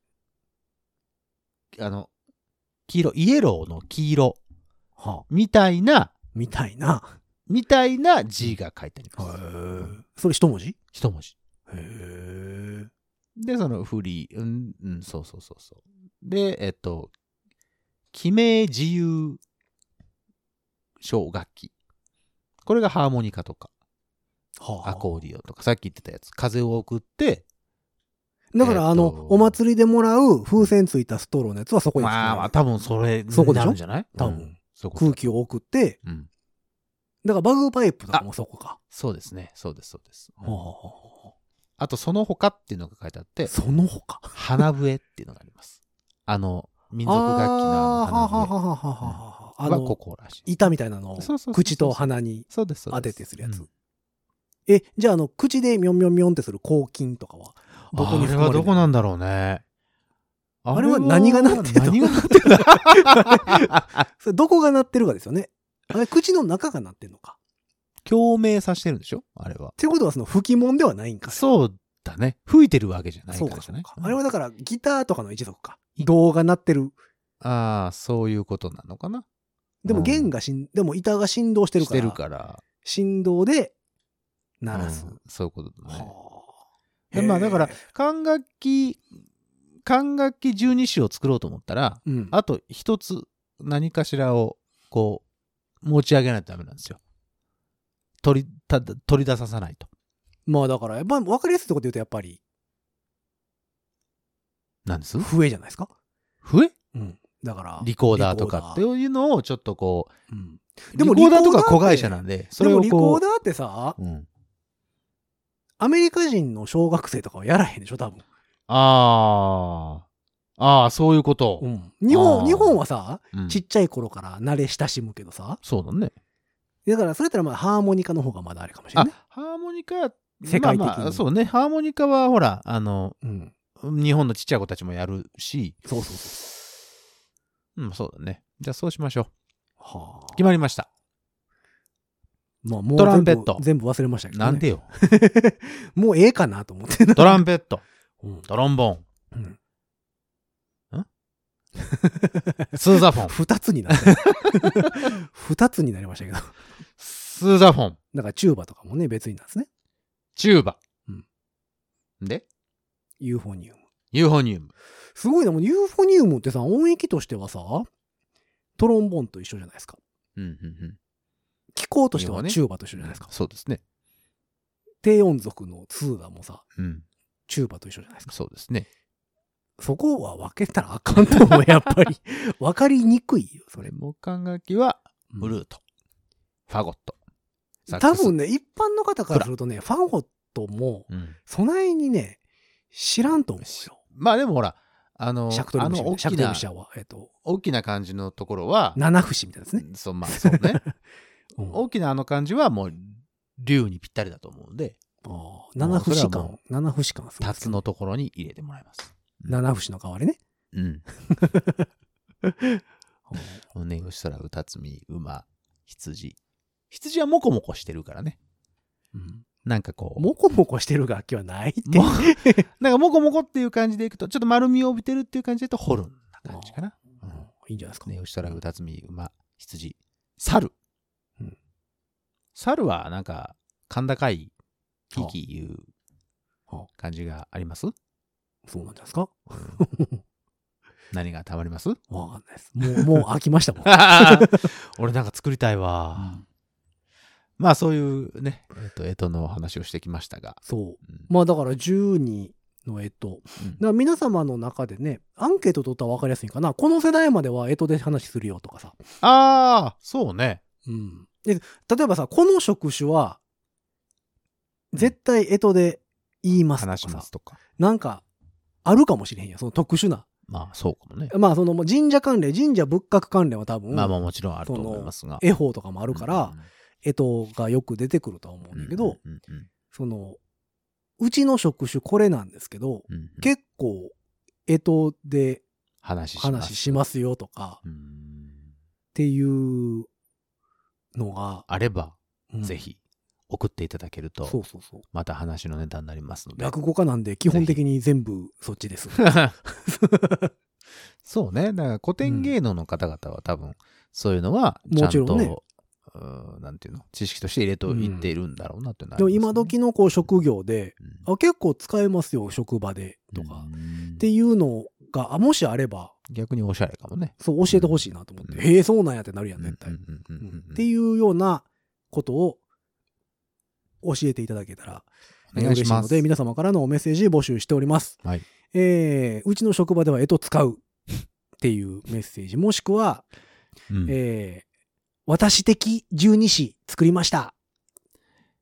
[SPEAKER 3] あの、黄色、イエローの黄色
[SPEAKER 2] はあ、
[SPEAKER 3] みたいな、
[SPEAKER 2] みたいな。
[SPEAKER 3] みたいな字が書いてあり
[SPEAKER 2] へ
[SPEAKER 3] ます。
[SPEAKER 2] え。それ一文字へ
[SPEAKER 3] 一文字。
[SPEAKER 2] え。
[SPEAKER 3] で、そのフリー、うん、うん、そうそうそうそう。で、えっと、記名自由小楽器。これがハーモニカとか、
[SPEAKER 2] は
[SPEAKER 3] アコーディオンとか、さっき言ってたやつ。風を送って、
[SPEAKER 2] だから、あ
[SPEAKER 3] え
[SPEAKER 2] の
[SPEAKER 3] ーと、
[SPEAKER 2] お祭りでもらう風船ついたストローのやつはそこにつけ
[SPEAKER 3] まあまあ、
[SPEAKER 2] られる
[SPEAKER 3] 多分それ
[SPEAKER 2] そこでしょ
[SPEAKER 3] なるんじゃない
[SPEAKER 2] 多分
[SPEAKER 3] うんそういうこと
[SPEAKER 2] 空気を送って、
[SPEAKER 3] うん。
[SPEAKER 2] だからバグパイプとかもそこか。
[SPEAKER 3] そうですね。そうです、そうです。
[SPEAKER 2] はあはあは
[SPEAKER 3] あと、その他っていうのが書いてあって
[SPEAKER 2] あ、その他。
[SPEAKER 3] 花笛っていうのがあります。あの、民族楽器のあの
[SPEAKER 2] あーは
[SPEAKER 3] 花笛
[SPEAKER 2] ははははははあ
[SPEAKER 3] は
[SPEAKER 2] の
[SPEAKER 3] ここらしい。
[SPEAKER 2] 板みたいなのを
[SPEAKER 3] そうそうそうそう
[SPEAKER 2] 口と鼻に
[SPEAKER 3] そうです、そうで
[SPEAKER 2] 当て
[SPEAKER 3] す。
[SPEAKER 2] てするやつ
[SPEAKER 3] うん。
[SPEAKER 2] え、じゃあ、あの、口でミョンミョンミョンってする抗菌とかは、どこに
[SPEAKER 3] あれ
[SPEAKER 2] 含ま
[SPEAKER 3] は
[SPEAKER 2] れる
[SPEAKER 3] どこなんだろうね。あ
[SPEAKER 2] れは何がなってんの
[SPEAKER 3] 何がなってんの
[SPEAKER 2] それどこが鳴ってるかですよね。あれ、口の中が鳴ってるのか。
[SPEAKER 3] 共鳴させてるんでしょあれは
[SPEAKER 2] っ。てことは、その吹きもんではないんか。
[SPEAKER 3] そうだね。吹いてるわけじゃない
[SPEAKER 2] そ
[SPEAKER 3] か
[SPEAKER 2] う
[SPEAKER 3] ら
[SPEAKER 2] か、
[SPEAKER 3] でし
[SPEAKER 2] そ
[SPEAKER 3] ょ
[SPEAKER 2] う
[SPEAKER 3] ね
[SPEAKER 2] か。。あれはだから、ギターとかの一族か。銅が鳴ってる。
[SPEAKER 3] ああ、そういうことなのかな。
[SPEAKER 2] で
[SPEAKER 3] う
[SPEAKER 2] も
[SPEAKER 3] ん
[SPEAKER 2] 弦がしん、でも板が振動してる
[SPEAKER 3] し
[SPEAKER 2] から。
[SPEAKER 3] てるから。
[SPEAKER 2] 振動で鳴らす
[SPEAKER 3] う。んそういうことだね。
[SPEAKER 2] はあ
[SPEAKER 3] でまあ
[SPEAKER 2] へえ
[SPEAKER 3] だから、管楽器、管楽器十二種を作ろうと思ったら、
[SPEAKER 2] うん。
[SPEAKER 3] あと一つ何かしらをこう持ち上げないとダメなんですよ。取り、た取り出ささないと。
[SPEAKER 2] まあだから、やっぱ分かりやすいところで言うと、やっぱり、
[SPEAKER 3] なんです
[SPEAKER 2] 笛じゃないですか。
[SPEAKER 3] 笛
[SPEAKER 2] うん。だから。
[SPEAKER 3] リコーダーとかって
[SPEAKER 2] リコー
[SPEAKER 3] いうのをちょっとこ
[SPEAKER 2] ダーうん
[SPEAKER 3] う、
[SPEAKER 2] でも
[SPEAKER 3] リコーダーとか
[SPEAKER 2] リコーダーって
[SPEAKER 3] 子会社なんで、そ
[SPEAKER 2] で
[SPEAKER 3] れ
[SPEAKER 2] も
[SPEAKER 3] を
[SPEAKER 2] リコ
[SPEAKER 3] こ
[SPEAKER 2] ーダーってさ、
[SPEAKER 3] う、うん、
[SPEAKER 2] アメリカ人の小学生とかはやらへんでしょ、多分。
[SPEAKER 3] ああ、ああ、そういうこと。
[SPEAKER 2] うん。日
[SPEAKER 3] あ
[SPEAKER 2] 本、
[SPEAKER 3] ー
[SPEAKER 2] 日本はさ、
[SPEAKER 3] うん
[SPEAKER 2] ちっちゃい頃から慣れ親しむけどさ、
[SPEAKER 3] そうだね。
[SPEAKER 2] だからそれやったらまあハーモニカの方がまだあれかもしれ
[SPEAKER 3] あ
[SPEAKER 2] ない。、
[SPEAKER 3] ハーモニカ、
[SPEAKER 2] 世界的に
[SPEAKER 3] まあまあそうね、ハーモニカはほら、あの、
[SPEAKER 2] うん。
[SPEAKER 3] 日本のちっちゃい子たちもやるし、
[SPEAKER 2] そうそうそう。
[SPEAKER 3] うん、そうだね。じゃあそうしましょう。
[SPEAKER 2] はあ
[SPEAKER 3] 決まりました。
[SPEAKER 2] まあもう
[SPEAKER 3] トラ
[SPEAKER 2] 全
[SPEAKER 3] ンペ
[SPEAKER 2] 部
[SPEAKER 3] ット
[SPEAKER 2] 全部忘れましたけど、ね。
[SPEAKER 3] なんでよ。
[SPEAKER 2] もうええかなと思ってな。
[SPEAKER 3] トランペット、
[SPEAKER 2] うん
[SPEAKER 3] トロンボ
[SPEAKER 2] うん
[SPEAKER 3] ーン、スーザフォン、
[SPEAKER 2] 二つになった。 二つになりましたけど。
[SPEAKER 3] スーザフォン、
[SPEAKER 2] だからチューバとかもね、別になんですね。
[SPEAKER 3] チューバ。
[SPEAKER 2] うん
[SPEAKER 3] で、
[SPEAKER 2] ユーフォニウム。
[SPEAKER 3] ユーフォニウム。
[SPEAKER 2] すごいな、もうユーフォニウムってさ、音域としてはさ、トロンボーンと一緒じゃないですか。
[SPEAKER 3] うんうんうん。
[SPEAKER 2] 気候として
[SPEAKER 3] 要は
[SPEAKER 2] は
[SPEAKER 3] ね
[SPEAKER 2] チューバと一緒じゃないですか。
[SPEAKER 3] そうですね。
[SPEAKER 2] 低音族のツーダもさ、
[SPEAKER 3] うん。
[SPEAKER 2] チューバと一緒じゃないですか。
[SPEAKER 3] そうですね。
[SPEAKER 2] そこは分けたらあかんと 思う、やっぱり。分かりにくいよ、そ
[SPEAKER 3] これ
[SPEAKER 2] れ。
[SPEAKER 3] も管楽器はブルート。ファゴット。サッ
[SPEAKER 2] 多
[SPEAKER 3] クス
[SPEAKER 2] 分ね、一般の方からするとね、ファンホットも、
[SPEAKER 3] うん
[SPEAKER 2] そないにね、知らんと思うよ。
[SPEAKER 3] まあでもほら、あの、
[SPEAKER 2] シャクトリ
[SPEAKER 3] あ
[SPEAKER 2] ムシ
[SPEAKER 3] の
[SPEAKER 2] ャ、
[SPEAKER 3] 大
[SPEAKER 2] シャ
[SPEAKER 3] き
[SPEAKER 2] クトリ
[SPEAKER 3] な
[SPEAKER 2] ム、シャは、えっと、
[SPEAKER 3] 大きな感じのところは、
[SPEAKER 2] 七節みたいですね。
[SPEAKER 3] そう、まあそう ね。
[SPEAKER 2] うん
[SPEAKER 3] 大きなあの感じはもう、竜にぴったりだと思うんで、
[SPEAKER 2] あー七節
[SPEAKER 3] もうそれは
[SPEAKER 2] 感
[SPEAKER 3] も、
[SPEAKER 2] 七節感がすごい
[SPEAKER 3] タツのところに入れてもらいます。
[SPEAKER 2] 七節の代わりね。
[SPEAKER 3] うん。
[SPEAKER 2] うん
[SPEAKER 3] おねうしらうたつみ、馬、羊。羊はもこもこしてるからね。
[SPEAKER 2] うん
[SPEAKER 3] なんかこう、
[SPEAKER 2] もこもこしてる楽器はないって。
[SPEAKER 3] もなんかもこもこっていう感じでいくと、ちょっと丸みを帯びてるっていう感じだと、ホルンな感じかな。
[SPEAKER 2] うんいいんじゃないですか。
[SPEAKER 3] ね、牛とら、歌つみ、馬、羊、猿。
[SPEAKER 2] うん
[SPEAKER 3] 猿は、なんか、甲高い、キーキーいう
[SPEAKER 2] は
[SPEAKER 3] 感じがあります
[SPEAKER 2] そうなんじゃないですか。
[SPEAKER 3] 何がたま ります
[SPEAKER 2] わかんないです。もう、もう飽きましたもん。
[SPEAKER 3] 俺なんか作りたいわ。まあ、そういうね、えっ、と、えとの話をしてきましたが。
[SPEAKER 2] そう。
[SPEAKER 3] うん
[SPEAKER 2] まあだから12のえと。
[SPEAKER 3] うん
[SPEAKER 2] だから皆様の中でね、アンケート取ったら分かりやすいかな。この世代まではえとで話するよとかさ。
[SPEAKER 3] ああ、そうね。
[SPEAKER 2] うん。で、例えばさ、この職種は、絶対えとで言いますとか
[SPEAKER 3] 話し
[SPEAKER 2] さ。
[SPEAKER 3] ますとか。
[SPEAKER 2] なんか、あるかもしれへんやん。その特殊な。
[SPEAKER 3] まあ、そうかもね。
[SPEAKER 2] まあそのもう神社関連、神社仏閣関連は多分、
[SPEAKER 3] まあまあ、もちろんあると思いますが。
[SPEAKER 2] 絵法とかもあるから、
[SPEAKER 3] うん
[SPEAKER 2] えとがよく出てくるとは思うんだけど、
[SPEAKER 3] うんうんうん
[SPEAKER 2] その、うちの職種これなんですけど、
[SPEAKER 3] うんうん
[SPEAKER 2] 結構、えとで
[SPEAKER 3] 話します
[SPEAKER 2] 話しますよとか、っ
[SPEAKER 3] うん
[SPEAKER 2] ていうのが、
[SPEAKER 3] あれば、
[SPEAKER 2] うん
[SPEAKER 3] ぜ。ひ送っていただける
[SPEAKER 2] そ
[SPEAKER 3] と
[SPEAKER 2] う、そうそう。
[SPEAKER 3] また話のネタになりますので。
[SPEAKER 2] 落語家なんで基本的に全部そっちです。
[SPEAKER 3] そうね。だから古典芸能の方々は多分、そういうのは、
[SPEAKER 2] も
[SPEAKER 3] ちゃん
[SPEAKER 2] ちろんね
[SPEAKER 3] と、うんなんていうの、知識として入れていっているんだろうなっていうのはあ
[SPEAKER 2] でも
[SPEAKER 3] りますね
[SPEAKER 2] 今時のこう職業で、
[SPEAKER 3] うん
[SPEAKER 2] あ、結構使えますよ、職場で、とか。
[SPEAKER 3] う
[SPEAKER 2] っ
[SPEAKER 3] ん
[SPEAKER 2] ていうのが、あもしあれば、
[SPEAKER 3] 逆におしゃれかもね。
[SPEAKER 2] そう教えてほしいなと思って、
[SPEAKER 3] うん
[SPEAKER 2] へえ、そうなんやってなるやん、絶対。
[SPEAKER 3] うんうんうんうんうん
[SPEAKER 2] っていうようなことを教えていただけたら
[SPEAKER 3] お願い
[SPEAKER 2] 嬉
[SPEAKER 3] し
[SPEAKER 2] しい
[SPEAKER 3] ま
[SPEAKER 2] の
[SPEAKER 3] す
[SPEAKER 2] で、。皆様からのメッセージ募集しております。
[SPEAKER 3] はい
[SPEAKER 2] えーうちの職場では絵と使うっていうメッセージ、もしくは、
[SPEAKER 3] うん
[SPEAKER 2] えー私的十二支作りました。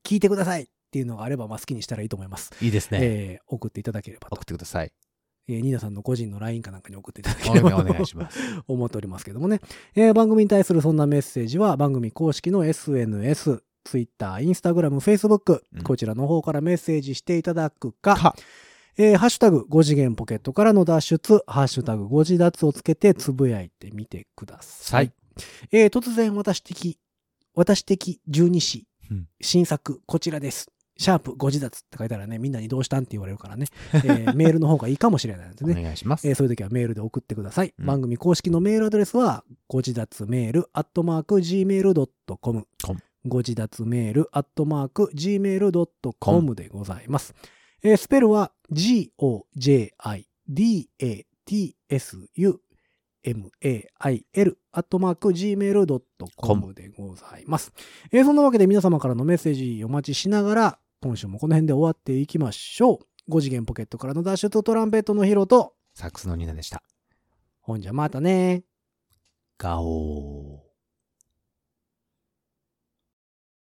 [SPEAKER 2] 聞いてくださいっていうのがあれば、まあ、好きにしたらいいと思います。
[SPEAKER 3] いいですね。
[SPEAKER 2] えー送っていただければと
[SPEAKER 3] 送っ。てくだ さい。
[SPEAKER 2] えーニーナさんの個人の LINE かなんかに送っていただけ
[SPEAKER 3] お
[SPEAKER 2] ればと
[SPEAKER 3] 願いします。
[SPEAKER 2] 思っておりますけどもね、えー番組に対するそんなメッセージは番組公式の SNS、Twitter、Instagram、Facebook、
[SPEAKER 3] うん
[SPEAKER 2] こちらの方からメッセージしていただくか、
[SPEAKER 3] か
[SPEAKER 2] えーハッシュタグ5次元ポケットからの脱出、ハッシュタグ5次脱をつけてつぶやいてみてください。
[SPEAKER 3] はい
[SPEAKER 2] えー突然私的、私的十二子、
[SPEAKER 3] うん
[SPEAKER 2] 新作、こちらです。シャープ5次脱って書いたらね、みんなにどうしたんって言われるからね、え ーメールの方がいいかもしれないです
[SPEAKER 3] お
[SPEAKER 2] ね。
[SPEAKER 3] 願いします
[SPEAKER 2] えー。そういう時はメールで送ってください。
[SPEAKER 3] うん
[SPEAKER 2] 番組公式のメールアドレスは、ご自立メール、アットマーク、gmail.com
[SPEAKER 3] com。
[SPEAKER 2] ご自立メール、アットマーク、gmail.com でございます。えースペルは、g-o-j-i-d-a-t-s-u。mail アットマーク gmail.com でございます。えーそんなわけで皆様からのメッセージお待ちしながら、今週もこの辺で終わっていきましょう。5次元ポケットからの脱出トランペットのヒロと、
[SPEAKER 3] サックスのニナでした。
[SPEAKER 2] ほんじゃまたね
[SPEAKER 3] ガオー。